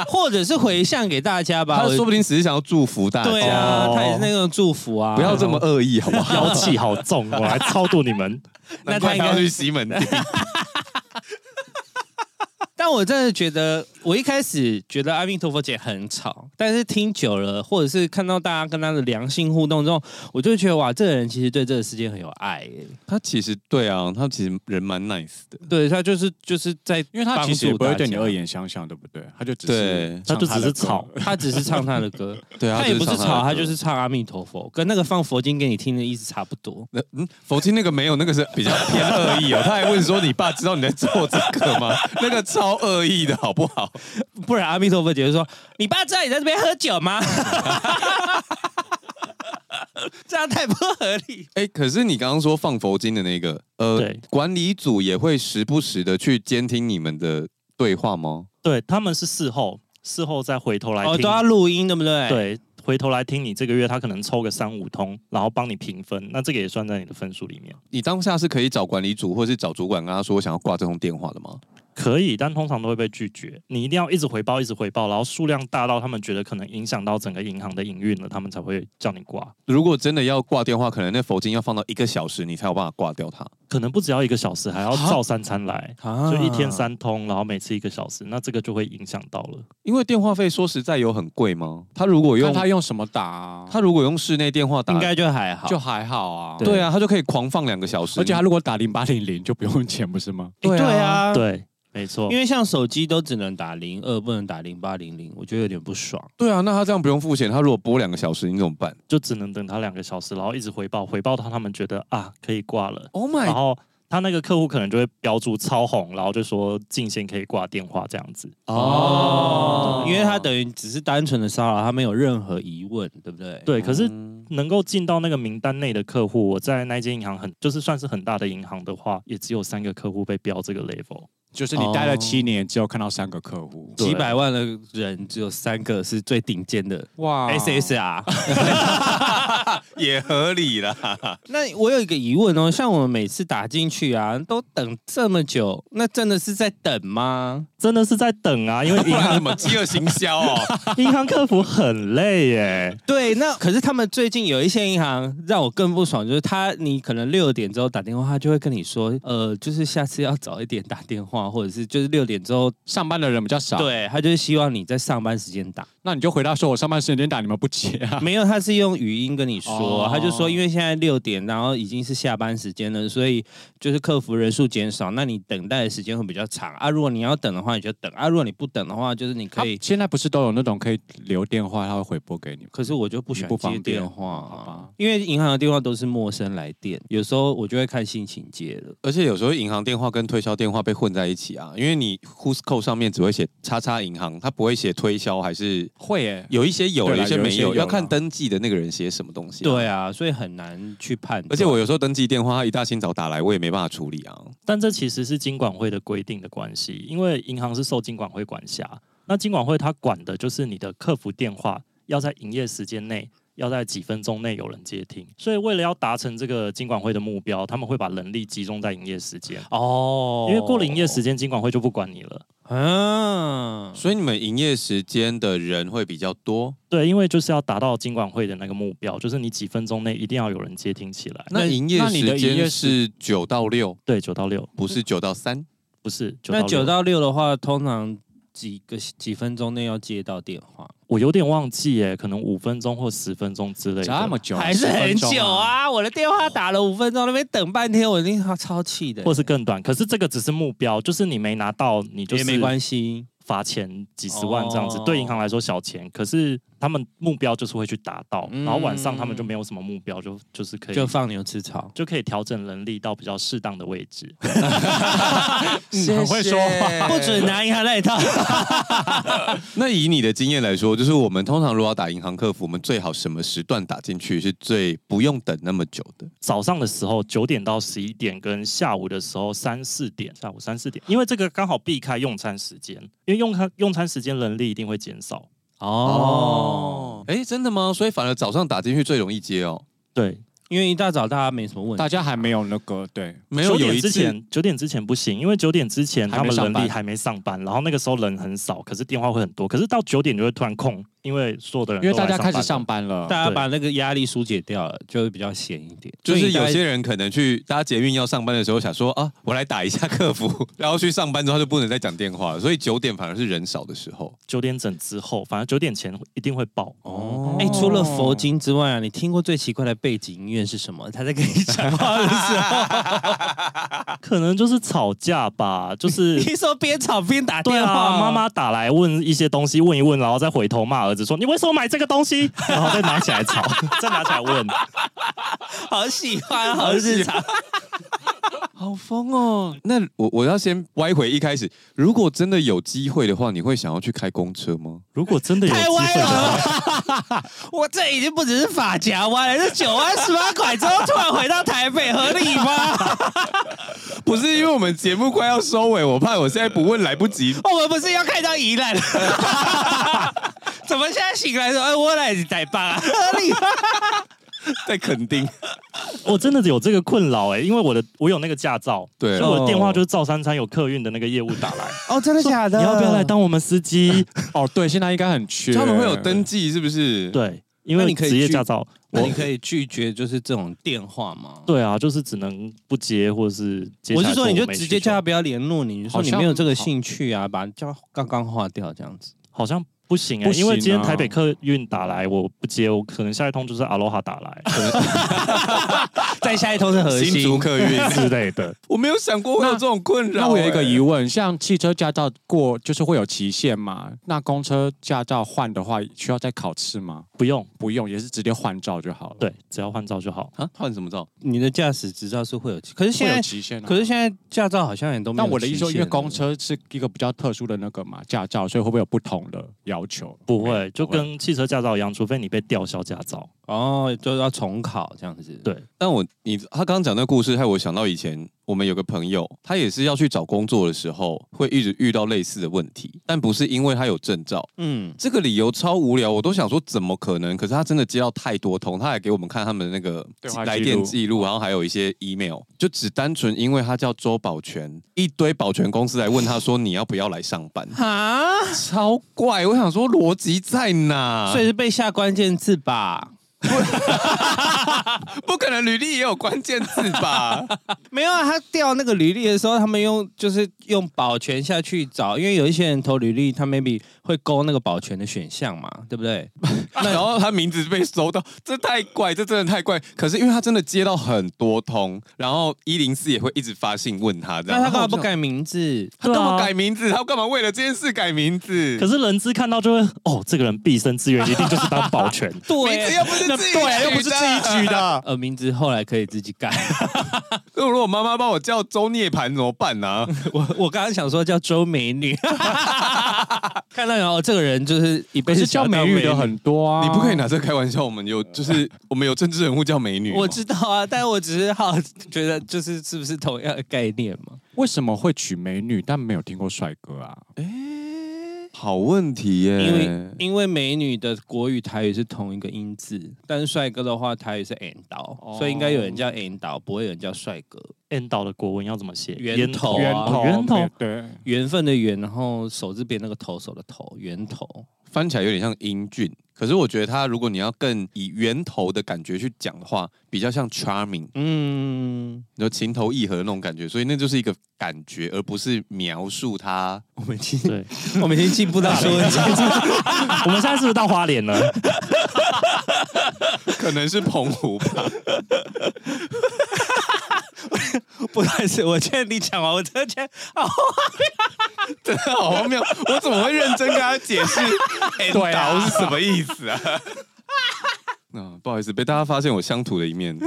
Speaker 1: 或者是回向给大家吧，
Speaker 2: 他
Speaker 1: 我
Speaker 2: 说不定只是想要祝福大
Speaker 1: 对
Speaker 2: 家，
Speaker 1: 啊，
Speaker 4: 哦
Speaker 1: 他也是那种祝福啊，
Speaker 2: 不要这么恶意，好不好？
Speaker 4: 妖气好重，我来超度你们。
Speaker 1: 那
Speaker 2: 难
Speaker 1: 他
Speaker 2: 怪
Speaker 1: 应
Speaker 2: 他要
Speaker 1: 该。
Speaker 2: 去西门 町。
Speaker 1: 但我真的觉得，我一开始觉得阿弥陀佛姐很吵，但是听久了，或者是看到大家跟她的良性互动之后，我就觉得哇，这个人其实对这个世界很有爱耶、
Speaker 2: 他其实对啊，他其实人蛮 nice 的，
Speaker 1: 对他就是就是在
Speaker 3: 因为他其实也不
Speaker 1: 帮
Speaker 3: 会
Speaker 1: 助大
Speaker 3: 对
Speaker 1: 家
Speaker 3: 你 恶言相向，对不对？他就只
Speaker 2: 对
Speaker 3: 是
Speaker 4: 他就
Speaker 3: 唱
Speaker 4: 只是
Speaker 3: 的歌
Speaker 4: 吵，
Speaker 1: 他只是唱他的歌，
Speaker 2: 对啊，
Speaker 1: 他也不是
Speaker 2: 唱的
Speaker 1: 吵，
Speaker 2: 歌
Speaker 1: 他就是唱阿弥陀佛，跟那个放佛经给你听的意思差不多。
Speaker 2: 那嗯，佛经那个没有，那个是比较偏恶意哦。他还问说：“你爸知道你在做这个吗？”那个超恶意的好不好？
Speaker 1: 不然阿弥陀佛姐就说：“你爸知道你在这边喝酒吗？” 这样太不合理。
Speaker 2: 哎、可是你刚刚说放佛经的那个，呃
Speaker 4: 对，
Speaker 2: 管理组也会时不时的去监听你们的对话吗？
Speaker 4: 对，他们是事后，事后再回头来
Speaker 1: 哦，
Speaker 4: 听
Speaker 1: 都要录音，对不对？，
Speaker 4: 对，回头来听你这个月，他可能抽个三五通，然后帮你评分，那这个也算在你的分数里面。
Speaker 2: 你当下是可以找管理组，或是找主管跟他说我想要挂这通电话的吗？
Speaker 4: 可以，但通常都会被拒绝。你一定要一直回报，一直回报，然后数量大到他们觉得可能影响到整个银行的营运了，他们才会叫你挂。
Speaker 2: 如果真的要挂电话，可能那佛经要放到一个小时，你才有办法挂掉它。
Speaker 4: 可能不只要一个小时，还要
Speaker 2: 啊
Speaker 4: 照三餐来，
Speaker 1: 啊
Speaker 4: 就一天。三通，然后每次一个小时，那这个就会影响到了。
Speaker 2: 因为电话费说实在有很贵吗？他如果用
Speaker 3: 看他
Speaker 2: 他
Speaker 3: 用什么打啊，
Speaker 2: 他如果用室内电话打，
Speaker 1: 应该就还好，
Speaker 3: 就还好啊。
Speaker 2: 对啊，他就可以狂放两个小时。
Speaker 3: 而且他如果打零八零零就不用钱，不是吗？
Speaker 1: 对啊，，
Speaker 4: 对，没错
Speaker 1: 因。为像手机都只能打零二，不能打零八零零，我觉得有点不爽。
Speaker 2: 对啊，那他这样不用付钱，他如果播两个小时，你怎么办
Speaker 4: 就只能等他两个小时，然后一直回报，回报到他们觉得啊可以挂了，
Speaker 2: ？Oh
Speaker 4: 然后他那个客户可能就会标注超红，然后就说进线可以挂电话这样子。
Speaker 2: 哦
Speaker 1: 因为他等于只是单纯的骚扰，他没有任何疑问，对不对？
Speaker 4: 对，可是能够进到那个名单内的客户，我在那间银行很就是算是很大的银行的话，也只有三个客户被标这个 level。
Speaker 3: 就是你待了七年，只有看到三个客户。
Speaker 1: 几百万的人只有三个是最顶尖的
Speaker 3: 哇
Speaker 1: SSR。
Speaker 2: 也合理啦。
Speaker 1: 那我有一个疑问哦，像我们每次打进去啊，都等这么久，那真的是在等吗？
Speaker 4: 真的是在等啊，因为
Speaker 2: 不
Speaker 4: 银
Speaker 2: 然
Speaker 4: 行
Speaker 2: 什么饥饿行销哦？
Speaker 4: 银行客服很累耶。
Speaker 1: 对，那可是他们最近有一些银行让我更不爽，就是他你可能六点之后打电话，他就会跟你说，呃，就是下次要早一点打电话，或者是就是六点之后，
Speaker 3: 上班的人比较少，，
Speaker 1: 对他就是希望你在上班时间打。
Speaker 3: 那你就回答说我上班时间打你们不接 啊。
Speaker 1: 没有，他是用语音跟你说，
Speaker 3: 哦
Speaker 1: 他就说因为现在六点，然后已经是下班时间了，所以就是客服人数减少，那你等待的时间会比较长啊。如果你要等的话，你就等啊；如果你不等的话，就是你可以。
Speaker 3: 他现在不是都有那种可以留电话，他会回拨给你吗？
Speaker 1: 可是我就不喜
Speaker 3: 你
Speaker 1: 欢
Speaker 3: 不方
Speaker 1: 接
Speaker 3: 便
Speaker 1: 电话
Speaker 3: 好
Speaker 1: 啊
Speaker 3: 吧，
Speaker 1: 因为银行的电话都是陌生来电，有时候我就会看心情接了。
Speaker 2: 而且有时候银行电话跟推销电话被混在一起啊，因为你 Who's Call 上面只会写叉叉银行，它不会写推销，还是
Speaker 3: 会耶，
Speaker 2: 有一些有了，
Speaker 3: 对啦
Speaker 2: 有一些没
Speaker 3: 有
Speaker 2: 有，
Speaker 3: 一些有
Speaker 2: 要看
Speaker 3: 啦
Speaker 2: 登记的那个人写什么东西。
Speaker 1: 对。啊，所以很难去判断。
Speaker 2: 而且我有时候登记电话，他一大清早打来，我也没办法处理啊。
Speaker 4: 但这其实是金管会的规定的关系，因为银行是受金管会管辖，那金管会它管的就是你的客服电话要在营业时间内。要在几分钟内有人接听，所以为了要达成这个金管会的目标，他们会把人力集中在营业时间，
Speaker 1: 哦
Speaker 4: 因为过了营业时，间，金管会就不管你了。
Speaker 1: 嗯，
Speaker 2: 所以你们营业时间的人会比较多。
Speaker 4: 对，因为就是要达到金管会的那个目标，就是你几分钟内一定要有人接听起来。
Speaker 2: 那营业
Speaker 3: 那你的
Speaker 2: 时嗯
Speaker 3: 营业
Speaker 2: 间
Speaker 3: 时
Speaker 2: 是九到六，
Speaker 4: 对，九到六
Speaker 2: 不是九到三。
Speaker 4: 不是九
Speaker 1: 那
Speaker 4: 到六，
Speaker 1: 九到六的话，通常几个几分钟内要接到电话。
Speaker 4: 我有点忘记耶，可能五分钟或十分钟之类的。
Speaker 3: 这么久，啊
Speaker 1: 还是很
Speaker 3: 哦10分
Speaker 1: 久
Speaker 3: 钟！
Speaker 1: 啊！我的电话打了五分钟，那边等半天，我一定超气的。
Speaker 4: 或是更短。可是这个只是目标，就是你没拿到，你就
Speaker 1: 也
Speaker 4: 是
Speaker 1: 没关系，
Speaker 4: 罚钱几十万这样子，
Speaker 1: 哦
Speaker 4: 对银行来说小钱，可是他们目标就是会去达到，
Speaker 1: 嗯
Speaker 4: 然后晚上他们就没有什么目标，就就是可以
Speaker 1: 就放牛吃草。
Speaker 4: 就可以调整人力到比较适当的位置。
Speaker 3: 嗯很会说话。
Speaker 1: 不准拿银行那一套，
Speaker 2: 那以你的经验来说，就是我们通常如果要打银行客服，我们最好什么时段打进去是最不用等那么久的？
Speaker 4: 早上的时候九点到十一点，跟下午的时候三四点，下午三四点，因为这个刚好避开用餐时间，因为用餐用餐时间人力一定会减少。
Speaker 1: 哦，
Speaker 2: 哎，真的吗？所以反而早上打进去最容易接哦。
Speaker 4: 对，
Speaker 1: 因为一大早大家没什么问题
Speaker 3: 大。家还没有那个对，
Speaker 2: 没有，
Speaker 4: 九
Speaker 2: 有
Speaker 4: 点
Speaker 2: 一
Speaker 4: 之
Speaker 2: 次
Speaker 4: 前九点之前不行，因为九点之前
Speaker 3: 还
Speaker 4: 他
Speaker 3: 没
Speaker 4: 们
Speaker 3: 上
Speaker 4: 人
Speaker 3: 班
Speaker 4: 力还没上班，然后那个时候人很少，可是电话会很多，可是到九点就会突然空，因为所有的人
Speaker 3: 因为
Speaker 4: 都
Speaker 3: 大
Speaker 4: 来
Speaker 3: 家开始
Speaker 4: 班
Speaker 3: 上
Speaker 4: 了。
Speaker 3: 班了。
Speaker 1: 大家把那个压力疏解掉了，就会比较闲一点。
Speaker 2: 就是有
Speaker 1: 所以
Speaker 2: 些人可能去搭捷运要上班的时候，想说啊，我来打一下客服， 然后去上班之后就不能再讲电话了，所以九点反而是人少的时候。
Speaker 4: 九点整之后，反正九点前一定会爆。
Speaker 1: 哦，哎，除了佛经之外啊，你听过最奇怪的背景音乐是什么？他在跟你讲话的时候，
Speaker 4: 可能就是吵架吧，就是。
Speaker 1: 你说边吵边打
Speaker 4: 对
Speaker 1: 电话，
Speaker 4: 啊，妈妈打来问一些东西，问一问，然后再回头骂儿子说：“你为什么买这个东西？”然后再拿起来吵， 再拿起来问。
Speaker 1: 好喜欢，好日常。
Speaker 2: 好疯哦！那我我要先歪回一开始，如果真的有机会的话，你会想要去开公车吗？
Speaker 4: 如果真的有机
Speaker 1: 太歪
Speaker 4: 会的话，
Speaker 1: 了！ 我这已经不只是发夹歪了，是九弯十八拐之后突然回到台北，合理吗？
Speaker 2: 不是因为我们节目快要收尾，我怕我现在不问来不及。
Speaker 1: 我们不是要开到宜兰？ 怎么现在醒来说，哎，我来自台北啊，合理吗？
Speaker 2: 在垦丁，
Speaker 4: 我真的有这个困扰哎、因为我的我有那个驾照，
Speaker 2: 对
Speaker 4: 所以我的电话就是赵三餐有客运的那个业务打来，
Speaker 1: 哦，真的假的
Speaker 4: 你要不要来？当我们司 机？
Speaker 3: 哦，对，现在应该很缺。
Speaker 2: 他们会有登记是不是？，
Speaker 4: 对，因
Speaker 1: 那
Speaker 4: 为
Speaker 1: 你可以
Speaker 4: 职业
Speaker 1: 去
Speaker 4: 驾照，
Speaker 1: 那
Speaker 4: 我
Speaker 1: 你可以拒绝就是这种电话吗？
Speaker 4: 对啊，就是只能不接或是接下
Speaker 1: 我
Speaker 4: 来
Speaker 1: 是说，
Speaker 4: 说
Speaker 1: 你就
Speaker 4: 没
Speaker 1: 直
Speaker 4: 需
Speaker 1: 接叫
Speaker 4: 求
Speaker 1: 他不要联络你，就说你没有这个兴趣啊，把叫他刚刚划掉这样子。
Speaker 4: 好像不行哎、
Speaker 3: 不
Speaker 4: 因为
Speaker 3: 行
Speaker 4: 今天
Speaker 3: 啊
Speaker 4: 台北客运打来，我不接，我可能下一通就是阿罗哈打来
Speaker 1: 再下一通是核心，
Speaker 2: 新竹客运，
Speaker 4: 之类的。
Speaker 2: 我没有想过会有这种困扰、欸
Speaker 3: 那我有一
Speaker 1: 哎
Speaker 3: 个疑
Speaker 2: 问，
Speaker 3: 问，像汽车驾照过就是会有期限嘛？那公车驾照换的话，需要再考试吗？
Speaker 4: 不用，
Speaker 3: 不用，也是直接换照就好了。，
Speaker 4: 对，只要换照就好。
Speaker 2: 啊，换什么照？
Speaker 1: 你的驾驶执照是会有，可是现
Speaker 3: 会
Speaker 1: 在
Speaker 3: 有期限、啊。
Speaker 1: 可是现在驾照好像也都没
Speaker 3: 那
Speaker 1: 有。啊
Speaker 3: 我的意思说，因为公，车是一个比较特殊的那个嘛驾照，所以会不会有不同的要求？啊
Speaker 4: 不会，就跟汽车驾照一样，除非你被吊销驾照。
Speaker 1: 哦，就要重考这样子。
Speaker 4: 对
Speaker 2: 但我你他刚刚讲那个故事，害我想到以前我们有个朋友，他也是要去找工作的时候，会一直遇到类似的问题，但不是因为他有证照，
Speaker 1: 嗯，
Speaker 2: 这个理由超无聊，我都想说怎么可能？可是他真的接到太多通，他还给我们看他们的那个
Speaker 3: 对话记录
Speaker 2: 来电记录，然后还有一些 email，就只单纯因为他叫周保全，一堆保全公司来问他说你要不要来上 班，
Speaker 1: 哈，
Speaker 2: 超怪。我想说逻辑在哪
Speaker 1: 所？以是被下关键字吧？
Speaker 2: 不可能履历也有关键字 吧？
Speaker 1: 没有啊，他调那个履历的时候，他们用就是用保全下去找，因为有一些人投履历，他 maybe 会勾那个保全的选项嘛，对不对？
Speaker 2: 然后他名字被搜到，这太怪，这真的太怪。可是因为他真的接到很多通，然后一零四也会一直发信问他，这
Speaker 1: 那
Speaker 2: 样
Speaker 1: 他干嘛
Speaker 2: 然
Speaker 1: 不？
Speaker 2: 后我就
Speaker 1: 改名字？
Speaker 2: 他干嘛
Speaker 4: 对啊
Speaker 2: 改名字？他干嘛为了这件事改名字？
Speaker 4: 可是人资看到就会，哦，这个人毕生志愿一定就是当 保全。
Speaker 2: 名字
Speaker 1: 对
Speaker 2: 又，不是自 己对，又不是自己取的。
Speaker 1: 呃，名字后来可以自己改。
Speaker 2: 如果我妈妈帮我叫周涅盘怎么办呢、啊？
Speaker 1: 我我刚刚想说叫周美女， 看到然后这个人就是一辈
Speaker 3: 可
Speaker 1: 子
Speaker 3: 是叫
Speaker 1: 想当
Speaker 3: 美女的很多啊，
Speaker 2: 你不可以拿这个开玩笑。我们有就是我们有政治人物叫美女
Speaker 1: 美
Speaker 2: 嘛，
Speaker 1: 女，我知道啊，但我只是好觉得就是是不是同样的概念嘛？
Speaker 3: 为什么会娶美女，但没有听过帅哥啊？
Speaker 2: 好问题耶、
Speaker 1: 因为因为美女的国语台语是同一个音字，但是帅哥的话台语是 n 导，
Speaker 3: 哦
Speaker 1: 所以应该有人叫 n 导，不会有人叫帅哥。
Speaker 4: N 岛的国文要怎么写？
Speaker 1: 源
Speaker 4: 烟
Speaker 1: 头啊
Speaker 3: 源
Speaker 1: 哦
Speaker 3: 头，
Speaker 4: 源头。
Speaker 3: 对，
Speaker 1: 缘分的缘，然后手字边那个投手的投，源头。
Speaker 2: 翻起来有点像英俊，可是我觉得他如果你要更以源头的感觉去讲的话，比较像 charming，
Speaker 1: 嗯，
Speaker 2: 有情投意合的那种感觉，所以那就是一个感觉，而不是描述他。
Speaker 1: 我们已经
Speaker 4: 对，
Speaker 1: 我们已经进步到说
Speaker 4: 我们现在是不是到花莲了？
Speaker 2: 可能是澎湖吧，
Speaker 1: 不好意思，我觉得你讲完，我真的觉得好
Speaker 2: 真的好荒谬！我怎么会认真跟他解释
Speaker 3: 对啊
Speaker 2: 岛是什么意思啊？啊，不好意思，被大家发现我乡土的一面。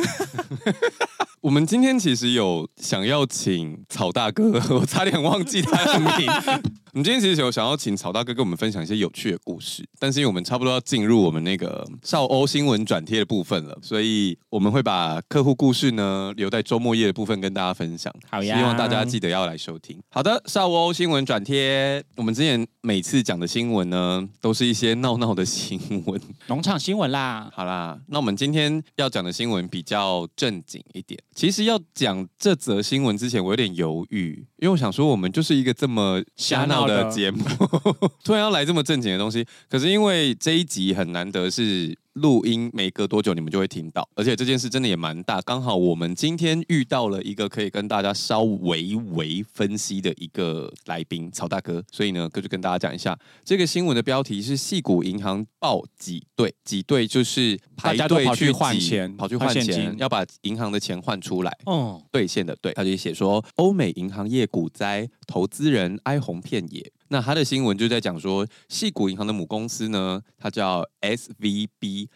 Speaker 2: 我们今天其实有想要请曹大哥， 我差点忘记他的名。 我们今天其实有想要请曹大哥跟我们分享一些有趣的故事，但是因为我们差不多要进入我们那个少欧新闻转贴的部分了，所以我们会把客户故事呢留在周末夜的部分跟大家分享。
Speaker 1: 好呀
Speaker 2: 希望大家记得要来收听。好的，少欧新闻转贴，我们之前每次讲的新闻呢，都是一些闹闹的新闻。
Speaker 3: 农场新闻啦，
Speaker 2: 好啦，那我们今天要讲的新闻比较正经一点。其实要讲这则新闻之前，我有点犹豫，因为我想说我们就是一个这么瞎闹的节目， 突然要来这么正经的东西。可是因为这一集很难得是。录音没隔多久，你们就会听到，而且这件事真的也蛮大。刚好我们今天遇到了一个可以跟大家稍微微分析的一个来宾，曹大哥，所以呢，哥就跟大家讲一下，这个新闻的标题是“细谷银行爆挤兑”，挤兑就是排
Speaker 3: 大家都
Speaker 2: 队
Speaker 3: 跑去
Speaker 2: 挤
Speaker 3: 换钱
Speaker 2: 跑去换
Speaker 3: 换现
Speaker 2: 钱，
Speaker 3: 金
Speaker 2: 要把银行的钱换出来。
Speaker 1: 哦，
Speaker 2: 兑现的兑，他就写说欧美银行业股灾，投资人哀鸿遍野。那他的新闻就在讲说，系股银行的母公司呢，它叫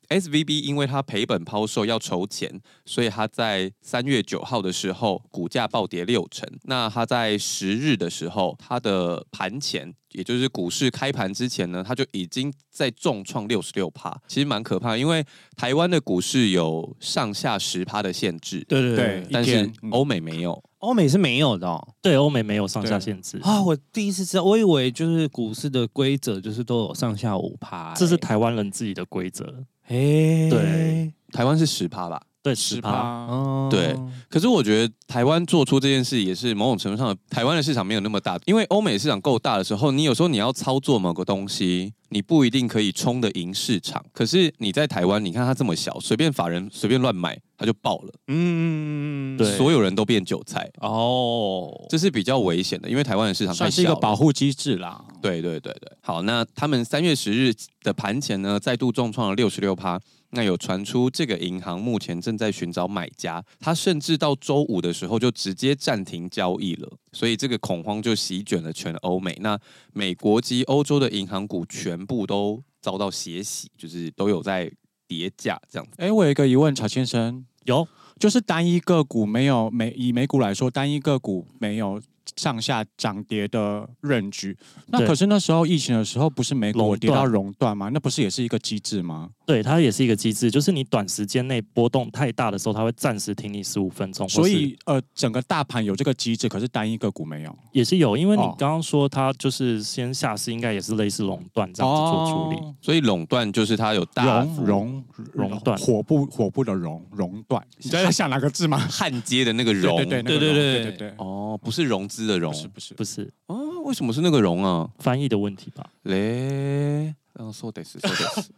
Speaker 2: SVB，SVB 因为它赔本抛售要筹钱，所以它在三月九号的时候股价暴跌六成。那它在十日的时候，它的盘前，也就是股市开盘之前呢，它就已经在重创六十六趴，其实蛮可怕的，因为台湾的股市有上下十趴的限制，
Speaker 1: 对对
Speaker 3: 对
Speaker 2: 但是
Speaker 3: 一嗯天
Speaker 2: 欧美没有，
Speaker 1: 欧美是没有的哦
Speaker 4: 对，欧美没有上下限制，
Speaker 1: 啊！我第一次知道，我以为就是股市的规则就是都有上下五趴、欸
Speaker 4: 这是台湾人自己的规则。
Speaker 1: 哎、
Speaker 4: 对，
Speaker 2: 台湾是十趴吧。
Speaker 4: 对，十趴。
Speaker 1: 哦
Speaker 2: 对可是我觉得台湾做出这件事也是某种程度上，台湾的市场没有那么大，因为欧美市场够大的时候，你有时候你要操作某个东西，你不一定可以冲得赢市场。可是你在台湾，你看它这么小，随便法人随便乱买，它就爆了，
Speaker 1: 嗯，
Speaker 4: 对
Speaker 2: 所有人都变韭菜，
Speaker 1: 哦，
Speaker 2: 这是比较危险的，因为台湾的市场太
Speaker 3: 算
Speaker 2: 小
Speaker 3: 是一个
Speaker 2: 了
Speaker 3: 保护机制啦。
Speaker 2: 对对对对，好，那他们三月十日的盘前呢，再度重创了六十六趴。那有传出这个银行目前正在寻找买家，它甚至到周五的时候就直接暂停交易了，所以这个恐慌就席卷了全欧美。那美国及欧洲的银行股全部都遭到血洗，就是都有在跌价这样子。
Speaker 3: 哎，我有一个疑问，曹先生，
Speaker 4: 有
Speaker 3: 就是单一个股没有美以美股来说，单一个股没有上下涨跌的任局。那
Speaker 4: 对
Speaker 3: 可是那时候疫情的时候，不是美
Speaker 4: 垄
Speaker 3: 股
Speaker 4: 断哦
Speaker 3: 跌到熔断吗？那不是也是一个机制吗？
Speaker 4: 对，它也是一个机制，就是你短时间内波动太大的时候，它会暂时停你十五分钟，或
Speaker 3: 所
Speaker 4: 是
Speaker 3: 以呃，整个大盘有这个机制，可是单一个股没有。
Speaker 4: 也是有，因为你
Speaker 3: 哦
Speaker 4: 刚刚说它就是先下市，应该也是类似垄断这样子做处理。
Speaker 3: 哦
Speaker 2: 所以垄断就是它有大
Speaker 3: 熔
Speaker 2: 幅
Speaker 3: 熔
Speaker 4: 熔断
Speaker 3: 火部火部的熔熔断，你知道在想哪个字吗？
Speaker 2: 焊接的那个熔，
Speaker 3: 对对
Speaker 1: 对对
Speaker 3: 对
Speaker 1: 对
Speaker 3: 对
Speaker 1: 对
Speaker 3: 对对，
Speaker 2: 哦，不是融资的融
Speaker 3: 不是不是
Speaker 4: 不是
Speaker 2: 哦，为什么是那个融啊？
Speaker 4: 翻译的问题吧？
Speaker 2: 嘞，嗯，说得是说得是。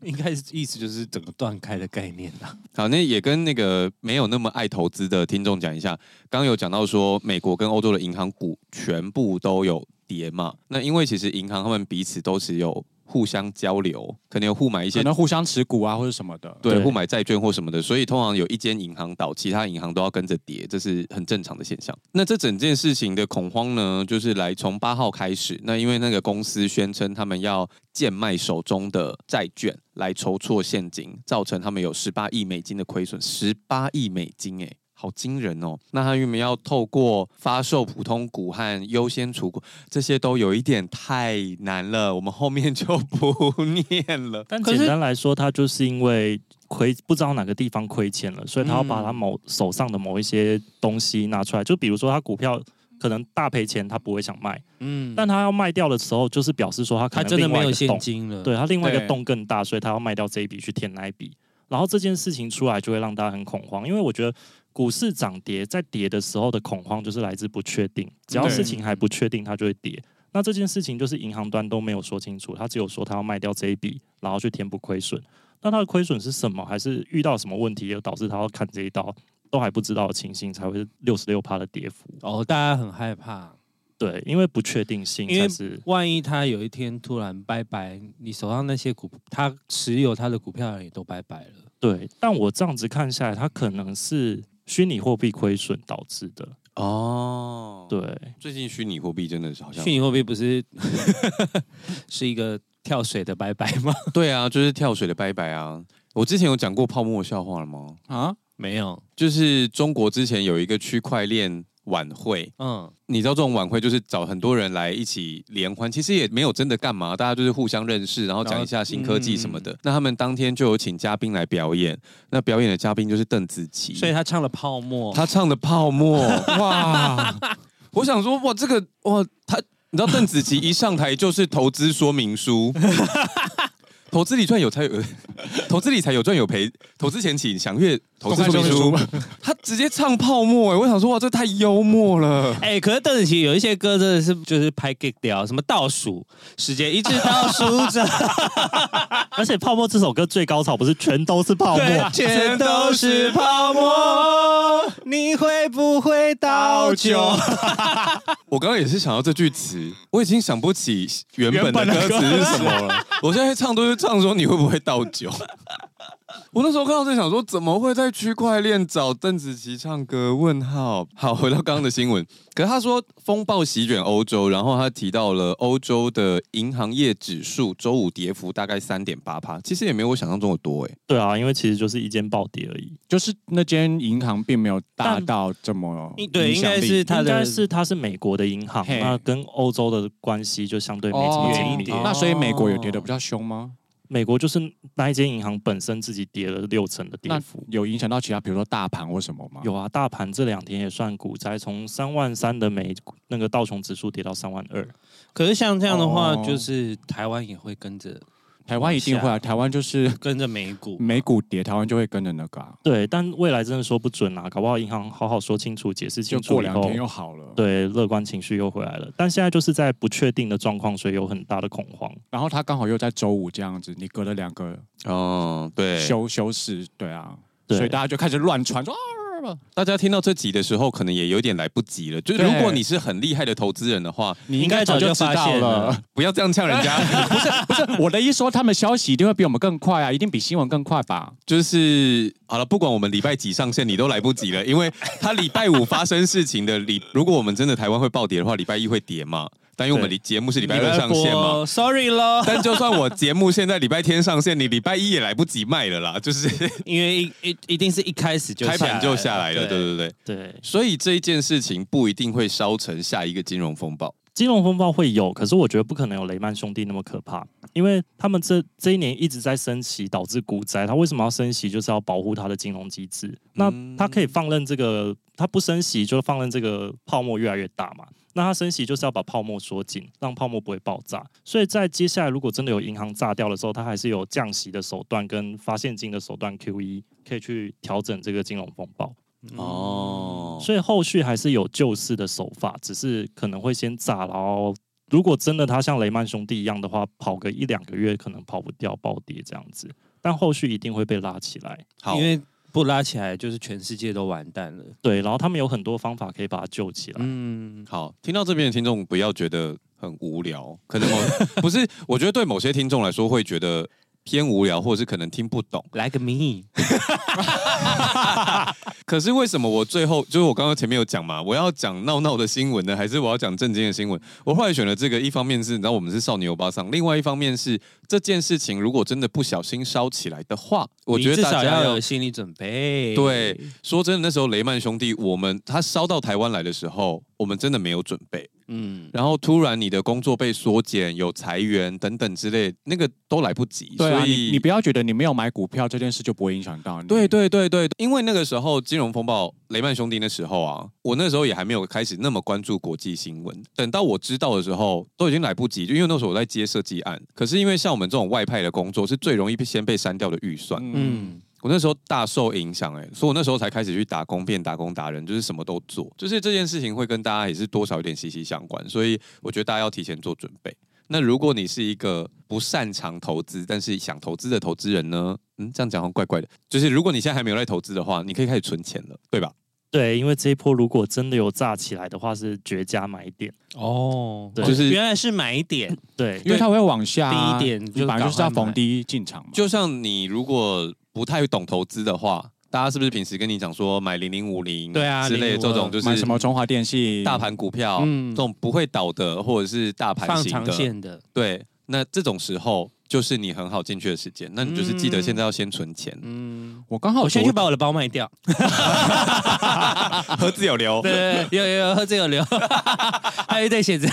Speaker 1: 应该是意思就是整个断开的概念啦。
Speaker 2: 好，那也跟那个没有那么爱投资的听众讲一下，刚刚有讲到说美国跟欧洲的银行股全部都有跌嘛，那因为其实银行他们彼此都是有互相交流，可能有互买一些
Speaker 3: 可能互相持股啊或者什么的。
Speaker 2: 对，
Speaker 4: 对
Speaker 2: 互买债券或什么的，所以通常有一间银行倒，其他银行都要跟着跌，这是很正常的现象。那这整件事情的恐慌呢，就是来从八号开始，那因为那个公司宣称他们要贱卖手中的债券来筹措现金，造成他们有十八亿美金的亏损，十八亿美金哎、好惊人哦！那他原本要透过发售普通股和优先除股，这些都有一点太难了，我们后面就不念了。
Speaker 4: 但
Speaker 1: 可是
Speaker 4: 简单来说，它就是因为亏不知道哪个地方亏钱了，所以他要把
Speaker 1: 嗯
Speaker 4: 他某手上的某一些东西拿出来，就比如说他股票。可能大赔钱，他不会想卖，
Speaker 1: 嗯，
Speaker 4: 但他要卖掉的时候，就是表示说他可
Speaker 1: 他
Speaker 4: 能
Speaker 1: 真的
Speaker 4: 另外
Speaker 1: 没
Speaker 4: 一
Speaker 1: 有
Speaker 4: 个
Speaker 1: 现
Speaker 4: 洞
Speaker 1: 金了。
Speaker 4: 对他另外一个
Speaker 3: 对
Speaker 4: 洞更大，所以他要卖掉这一笔去填那一笔。然后这件事情出来就会让大家很恐慌，因为我觉得股市涨跌在跌的时候的恐慌就是来自不确定，只要
Speaker 3: 对
Speaker 4: 事情还不确定，它就会跌。那这件事情就是银行端都没有说清楚，他只有说他要卖掉这一笔，然后去填补亏损。那他的亏损是什么？还是遇到什么问题，又导致他要砍这一刀，都还不知道的情形，才会是六十六趴的跌幅。
Speaker 1: 哦，大家很害怕，
Speaker 4: 对，因为不确定性
Speaker 1: 因为
Speaker 4: 才是
Speaker 1: 万一他有一天突然拜拜，你手上那些股，他持有他的股票的人也都拜拜了。
Speaker 4: 对，但我这样子看下来，它可能是虚拟货币亏损导致的。
Speaker 2: 哦，
Speaker 4: 对，
Speaker 2: 最近虚拟货币真的是好像
Speaker 1: 虚拟货币不是 是一个跳水的拜拜 吗？
Speaker 2: 对啊，就是跳水的拜拜啊！我之前有讲过泡沫笑话了吗？
Speaker 3: 啊，
Speaker 1: 没有，
Speaker 2: 就是中国之前有一个区块链晚会，
Speaker 1: 嗯，
Speaker 2: 你知道这种晚会就是找很多人来一起联欢，其实也没有真的干嘛，大家就是互相认识，然后讲一下新科技什么的。那他们当天就有请嘉宾来表演，那表演的嘉宾就是邓紫棋，
Speaker 4: 嗯
Speaker 1: 所以他唱了泡沫，
Speaker 2: 他唱的《泡沫》
Speaker 3: 哇，
Speaker 2: 我想说，哇，这个哇，他你知道邓紫棋一上台就是投资说明书， 投资理赚有才有，投资理财有赚有赔，投资前请详阅投资说明
Speaker 3: 公
Speaker 2: 书
Speaker 3: 开。
Speaker 2: 他直接唱泡沫、哎，我想说，哇，这太幽默了。
Speaker 1: 哎、可是邓紫棋有一些歌真的是就是拍 gig 掉，什么倒数时间一直倒数着，
Speaker 4: 而且《泡沫》这首歌最高潮不是全都是泡
Speaker 1: 对啊
Speaker 4: 沫，
Speaker 1: 全都是泡沫，你会不会倒酒？
Speaker 2: 我刚刚也是想到这句词，我已经想不起原本的
Speaker 4: 原
Speaker 2: 歌
Speaker 4: 本的歌
Speaker 2: 词是什么了。我现在唱都是唱说你会不会倒酒。 我那时候看到在想说，怎么会在区块链找邓紫棋唱歌？问号。好，回到刚刚的新闻，可是他说风暴席卷欧洲，然后他提到了欧洲的银行业指数周五跌幅大概三点八趴，其实也没有我想象中的多哎、
Speaker 4: 对啊，因为其实就是一间暴跌而已。
Speaker 3: 就是那间银行并没有大
Speaker 1: 但
Speaker 3: 到这么
Speaker 1: 对，
Speaker 3: 影
Speaker 1: 应
Speaker 3: 响
Speaker 1: 该
Speaker 3: 力
Speaker 1: 是他
Speaker 4: 应该
Speaker 1: 的
Speaker 4: 是它是美国的银行，
Speaker 3: 嘿
Speaker 4: 那跟欧洲的关系就相对没什么
Speaker 1: 哦
Speaker 4: 紧密。
Speaker 1: 远一点哦
Speaker 3: 那所以美国有跌的比较凶吗？
Speaker 4: 美国就是那一间银行本身自己跌了六成的跌
Speaker 3: 那
Speaker 4: 幅。
Speaker 3: 有影响到其他，比如说大盘或什么吗？
Speaker 4: 有啊，大盘这两天也算股灾，从三万三的美股那个道琼指数跌到三万二，
Speaker 1: 可是像这样的话，
Speaker 3: 哦
Speaker 1: 就是台湾也会跟着
Speaker 3: 台湾一定会啊，台湾就是
Speaker 1: 跟着美股，
Speaker 3: 美股跌，台湾就会跟着那个、啊，
Speaker 4: 对，但未来真的说不准啊，搞不好银行好好说清楚、解释
Speaker 3: 就
Speaker 4: 清
Speaker 3: 过
Speaker 4: 楚以
Speaker 3: 两
Speaker 4: 后
Speaker 3: 天，又好了。，
Speaker 4: 对，乐观情绪又回来了。但现在就是在不确定的状况，所以有很大的恐慌。
Speaker 3: 然后它刚好又在周五这样子，你隔了两个
Speaker 2: 哦，对，
Speaker 3: 休休市，对啊，
Speaker 4: 对
Speaker 3: 所以大家就开始乱传说啊，
Speaker 2: 大家听到这集的时候，可能也有点来不及了。就是
Speaker 3: 对
Speaker 2: 如果你是很厉害的投资人的话，
Speaker 3: 你
Speaker 1: 应该早就
Speaker 3: 就知
Speaker 1: 发
Speaker 3: 道
Speaker 1: 现
Speaker 3: 了。
Speaker 2: 不要这样呛人家。
Speaker 3: 不是我的意思说，他们消息一定会比我们更快啊，一定比新闻更快吧？
Speaker 2: 就是好了，不管我们礼拜几上线，你都来不及了，因为他礼拜五发生事情的礼，如果我们真的台湾会暴跌的话，礼拜一会跌嘛，但因为我们
Speaker 4: 对
Speaker 2: 礼节目是礼拜二上线嘛。
Speaker 1: 播？Sorry 咯，
Speaker 2: 但就算我节目现在礼拜天上线，你礼拜一也来不及卖了啦，就是
Speaker 1: 因为一一一定是一开始就
Speaker 2: 开盘就下来了，对
Speaker 1: 对
Speaker 2: 对对。
Speaker 4: 对，
Speaker 2: 所以这一件事情不一定会烧成下一个金融风暴。
Speaker 4: 金融风暴会有，可是我觉得不可能有雷曼兄弟那么可怕，因为他们这这一年一直在升息，导致股灾。他为什么要升息？就是要保护它的金融机制。那它可以放任这个，它不升息就放任这个泡沫越来越大嘛。那它升息就是要把泡沫缩紧，让泡沫不会爆炸。所以在接下来如果真的有银行炸掉的时候，它还是有降息的手段跟发现金的手段 QE 可以去调整这个金融风暴。
Speaker 2: 嗯哦，
Speaker 4: 所以后续还是有救市的手法，只是可能会先炸，然后如果真的他像雷曼兄弟一样的话，跑个一两个月可能跑不掉暴跌这样子，但后续一定会被拉起来。
Speaker 2: 好
Speaker 1: 因，为不拉起来就是全世界都完蛋了。
Speaker 4: 对，然后他们有很多方法可以把它救起来。
Speaker 1: 嗯，
Speaker 2: 好，听到这边的听众不要觉得很无聊，可 能某不是，我觉得对某些听众来说会觉得偏无聊，或者是可能听不懂。
Speaker 1: 来个谜，
Speaker 2: 可是为什么我最后就是我刚刚前面有讲嘛，我要讲闹闹的新闻呢，还是我要讲正经的新闻？我后来选了这个，一方面是你知道我们是少年欧巴桑，另外一方面是这件事情如果真的不小心烧起来的话，我觉得
Speaker 1: 你至
Speaker 2: 大
Speaker 1: 少
Speaker 2: 家
Speaker 1: 要
Speaker 2: 要
Speaker 1: 有心理准备。
Speaker 2: 对，说真的，那时候雷曼兄弟，我们他烧到台湾来的时候，我们真的没有准备。
Speaker 1: 嗯，
Speaker 2: 然后突然你的工作被缩减，有裁员等等之类，那个都来不及。
Speaker 3: 对啊，
Speaker 2: 所
Speaker 3: 你
Speaker 2: 以
Speaker 3: 你不要觉得你没有买股票这件事就不会影响到你。
Speaker 2: 对对对对，因为那个时候金融风暴，雷曼兄弟那时候啊，我那时候也还没有开始那么关注国际新闻。等到我知道的时候，都已经来不及，就因为那时候我在接设计案。可是因为像我们这种外派的工作，是最容易被先被删掉的预算。
Speaker 1: 嗯
Speaker 3: 嗯，
Speaker 2: 我那时候大受影响哎、所以我那时候才开始去打工，变打工达人，就是什么都做。就是这件事情会跟大家也是多少有点息息相关，所以我觉得大家要提前做准备。那如果你是一个不擅长投资，但是想投资的投资人呢？嗯，这样讲好像怪怪的。就是如果你现在还没有在投资的话，你可以开始存钱了，对吧？
Speaker 4: 对，因为这一波如果真的有炸起来的话，是绝佳买点。
Speaker 1: 哦，
Speaker 4: 对
Speaker 2: 就是
Speaker 1: 原来是买点，
Speaker 4: 对
Speaker 3: 因为它会往下啊，
Speaker 1: 低一点就
Speaker 3: 你本来就是要
Speaker 1: 赶快买
Speaker 3: 逢低进场嘛。
Speaker 2: 就像你如果不太懂投资的话，大家是不是平时跟你讲说买零零五零
Speaker 1: 对啊
Speaker 2: 之类的
Speaker 1: 0052
Speaker 2: 这种就
Speaker 3: 买
Speaker 2: 是
Speaker 3: 什么中华电信、
Speaker 2: 大盘股票、
Speaker 1: 嗯
Speaker 2: 这种不会倒的或者是大盘
Speaker 1: 放
Speaker 2: 型
Speaker 1: 长
Speaker 2: 的。
Speaker 1: 线的，
Speaker 2: 对，那这种时候就是你很好进去的时间，那你就是记得现在要先存钱，
Speaker 1: 嗯，
Speaker 3: 我刚好
Speaker 1: 我先去
Speaker 3: 昨
Speaker 1: 把我的包卖掉。
Speaker 2: 盒子有留。
Speaker 1: 对，有有有，喝这有 流，还有一对鞋子。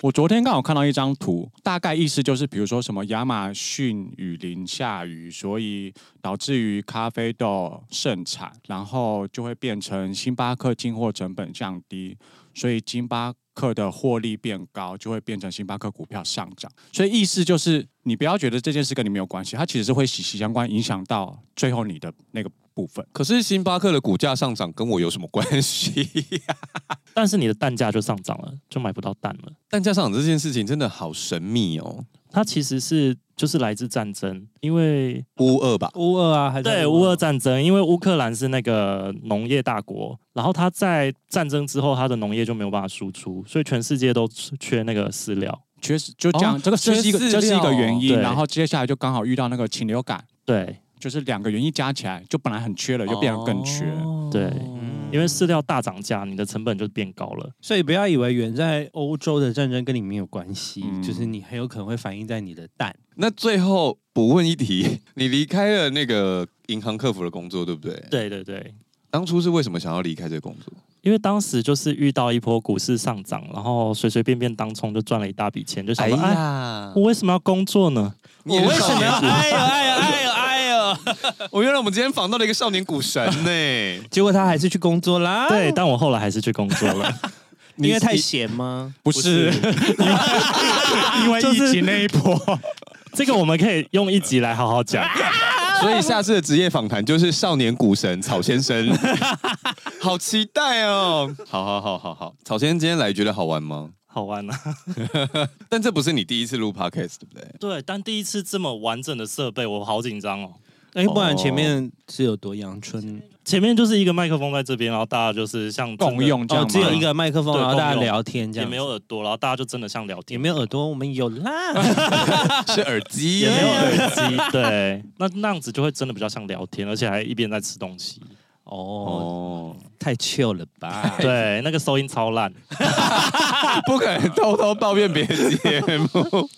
Speaker 3: 我昨天刚好看到一张图，大概意思就是，比如说什么亚马逊雨林下雨，所以导致于咖啡豆盛产，然后就会变成星巴克进货成本降低，所以星巴克的获利变高，就会变成星巴克股票上涨。所以意思就是，你不要觉得这件事跟你没有关系，它其实是会息息相关，影响到最后你的那个部分。
Speaker 2: 可是星巴克的股价上涨跟我有什么关系？
Speaker 4: 但是你的蛋价就上涨了，就买不到蛋了。
Speaker 2: 但加上这件事情真的好神秘哦，
Speaker 4: 它其实是就是来自战争，因为
Speaker 2: 乌二吧，
Speaker 1: 乌二啊，还是
Speaker 4: 对乌俄战争，因为乌克兰是那个农业大国，然后它在战争之后，它的农业就没有办法输出，所以全世界都缺那个饲料。
Speaker 3: 确实，就这样，
Speaker 2: 哦
Speaker 3: 这个
Speaker 2: 缺
Speaker 3: 这是一个
Speaker 2: 饲
Speaker 3: 这是一
Speaker 2: 料
Speaker 3: 个
Speaker 2: 哦
Speaker 3: 原因，
Speaker 4: 对
Speaker 3: 然后接下来就刚好遇到那个禽流感。
Speaker 4: 对，
Speaker 3: 就是两个原因加起来，就本来很缺了，就变得更缺。
Speaker 4: 对
Speaker 1: 嗯
Speaker 4: 因为饲料大涨价，你的成本就变高了。
Speaker 1: 所以不要以为远在欧洲的战争跟你没有关系，
Speaker 3: 嗯
Speaker 1: 就是你很有可能会反映在你的蛋。
Speaker 2: 那最后补问一题，你离开了那个银行客服的工作，对不对？。
Speaker 4: 对对对，
Speaker 2: 当初是为什么想要离开这个工作？
Speaker 4: 因为当时就是遇到一波股市上涨，然后随随便便当冲就赚了一大笔钱，就想说，哎
Speaker 1: 啊
Speaker 2: 呀
Speaker 4: 我为什么要工作呢？
Speaker 2: 你也是少年股
Speaker 1: 哎呦哎呦哎呦哎呦！。
Speaker 2: 我原来我们今天访到了一个少年股神呢
Speaker 1: 结果他还是去工作啦。
Speaker 4: 对，，但我后来还是去工作 了。
Speaker 1: 因为太
Speaker 2: 你
Speaker 1: 闲吗？
Speaker 3: 不是，因为
Speaker 4: 就是
Speaker 3: 疫情那一波，
Speaker 4: 这个我们可以用一集来好好讲。
Speaker 2: 所以下次的职业访谈就是少年股神草先生，好期待哦！好好好好好，草先生今天来觉得好玩吗？
Speaker 4: 好玩啊！
Speaker 2: 但这不是你第一次录 podcast 对不对？
Speaker 4: 对，但第一次这么完整的设备，我好紧张哦。
Speaker 1: 哎，不然前面是有多阳春？
Speaker 4: 前面就是一个麦克风在这边，然后大家就是像真的
Speaker 3: 共，用这样
Speaker 1: 哦，
Speaker 3: 吗
Speaker 1: 只有一，个麦克风，
Speaker 4: 对
Speaker 1: 然后大家
Speaker 4: 共用
Speaker 1: 聊天这
Speaker 4: 也
Speaker 1: 样子，
Speaker 4: 没有耳朵，然后大家就真的像聊
Speaker 1: 也
Speaker 4: 天，
Speaker 1: 没有耳朵，我们有啦。
Speaker 2: 是耳机，
Speaker 4: 也没有耳机，对，那那样子就会真的比较像聊天，而且还一边在吃东西。
Speaker 1: 哦，
Speaker 2: 哦，
Speaker 1: 太 chill 了吧？
Speaker 4: 对，那个收音超 烂，
Speaker 2: 不可能偷偷抱怨别人节目。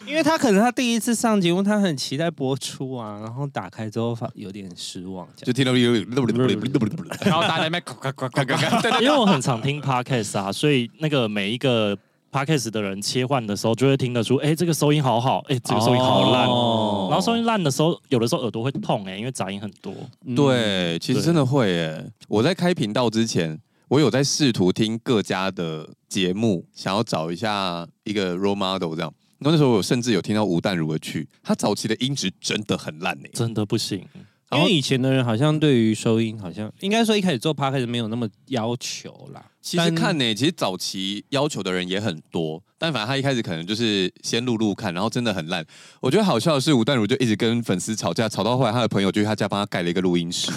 Speaker 1: 因为他可能他第一次上节目，他很期待播出啊，然后打开之后发有点失望，这
Speaker 2: 就听
Speaker 1: 样
Speaker 2: 到有
Speaker 3: 然后大家在那边咔咔咔咔咔咔，
Speaker 4: 因为我很常听 podcast 啊，所以那个每一个 podcast 的人切换的时候，就会听得出，哎、这个收音好好，哎、这个收音好烂。
Speaker 1: 哦
Speaker 4: 然后收音烂的时候，有的时候耳朵会痛哎、因为杂音很 多。
Speaker 1: 嗯
Speaker 2: 对，其实真的会耶。我在开频道之前，我有在试图听各家的节目，想要找一下一个 role model 这样。然后那时候我甚至有听到吴淡如的去，他早期的音质真的很烂呢。欸
Speaker 4: 真的不行。
Speaker 1: 因为以前的人好像对于收音好像应该说一开始做 p o d 没有那么要求啦。
Speaker 2: 其实
Speaker 1: 但
Speaker 2: 看呢、其实早期要求的人也很多，但反正他一开始可能就是先录录看，然后真的很烂。我觉得好笑的是，吴淡如就一直跟粉丝吵架，吵到后来他的朋友就去他家帮他盖了一个录音室，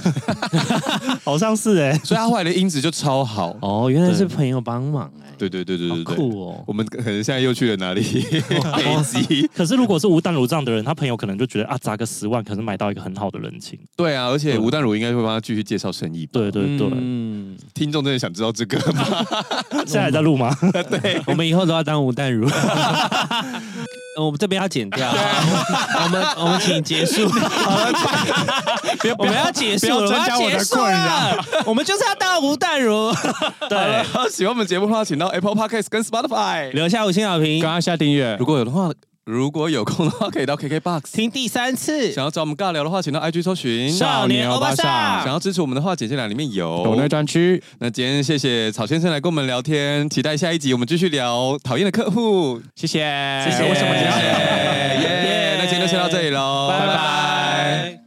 Speaker 4: 好像是哎、
Speaker 2: 所以他后来的音质就超 好。
Speaker 1: 哦，原来是朋友帮忙哎、
Speaker 2: 对对对对对
Speaker 1: 好
Speaker 2: 对，
Speaker 1: 酷哦。
Speaker 2: 我们可能现在又去了哪里？北极。
Speaker 4: 可是如果是吴淡如这样的人，他朋友可能就觉得啊，砸个十万，可是买到一个很好的人情。
Speaker 2: 对啊，而且吴淡如应该会帮他继续介绍生意吧。
Speaker 4: 对对对，
Speaker 1: 嗯，
Speaker 2: 听众真的想知道这个吗？
Speaker 4: 现在还在录吗？
Speaker 1: 我们以后都要当吴淡 如。哦我们这边要剪掉，我们我们请结 束，我们要结束，
Speaker 3: 不
Speaker 1: 我
Speaker 3: 要
Speaker 1: 们
Speaker 3: 增加我的
Speaker 1: 结束了，我们就是要当吴淡 如，
Speaker 4: 对，
Speaker 2: 喜欢我们节目的话，请到 Apple Podcast 跟 Spotify。
Speaker 1: 留下五星好评
Speaker 3: 刚，刚下订阅
Speaker 2: 如。果有的话，如果有空的话，可以到 KKBox。
Speaker 1: 听第三次，
Speaker 2: 想要找我们尬聊的话，请到 IG 搜寻
Speaker 1: 少年欧巴
Speaker 2: 想
Speaker 1: 桑，
Speaker 2: 要支持我们的话，简介栏里面
Speaker 3: 抖内
Speaker 2: 有。
Speaker 3: 专区，
Speaker 2: 那今天谢谢草先生来跟我们聊天，期待下一集我们继续聊讨厌的客户。
Speaker 3: 谢谢，谢
Speaker 1: 谢
Speaker 3: 为什么
Speaker 2: 谢
Speaker 3: 你
Speaker 2: 谢，
Speaker 3: 要？
Speaker 2: 耶
Speaker 1: 耶！
Speaker 2: 那今天就先到这里喽，
Speaker 1: 拜拜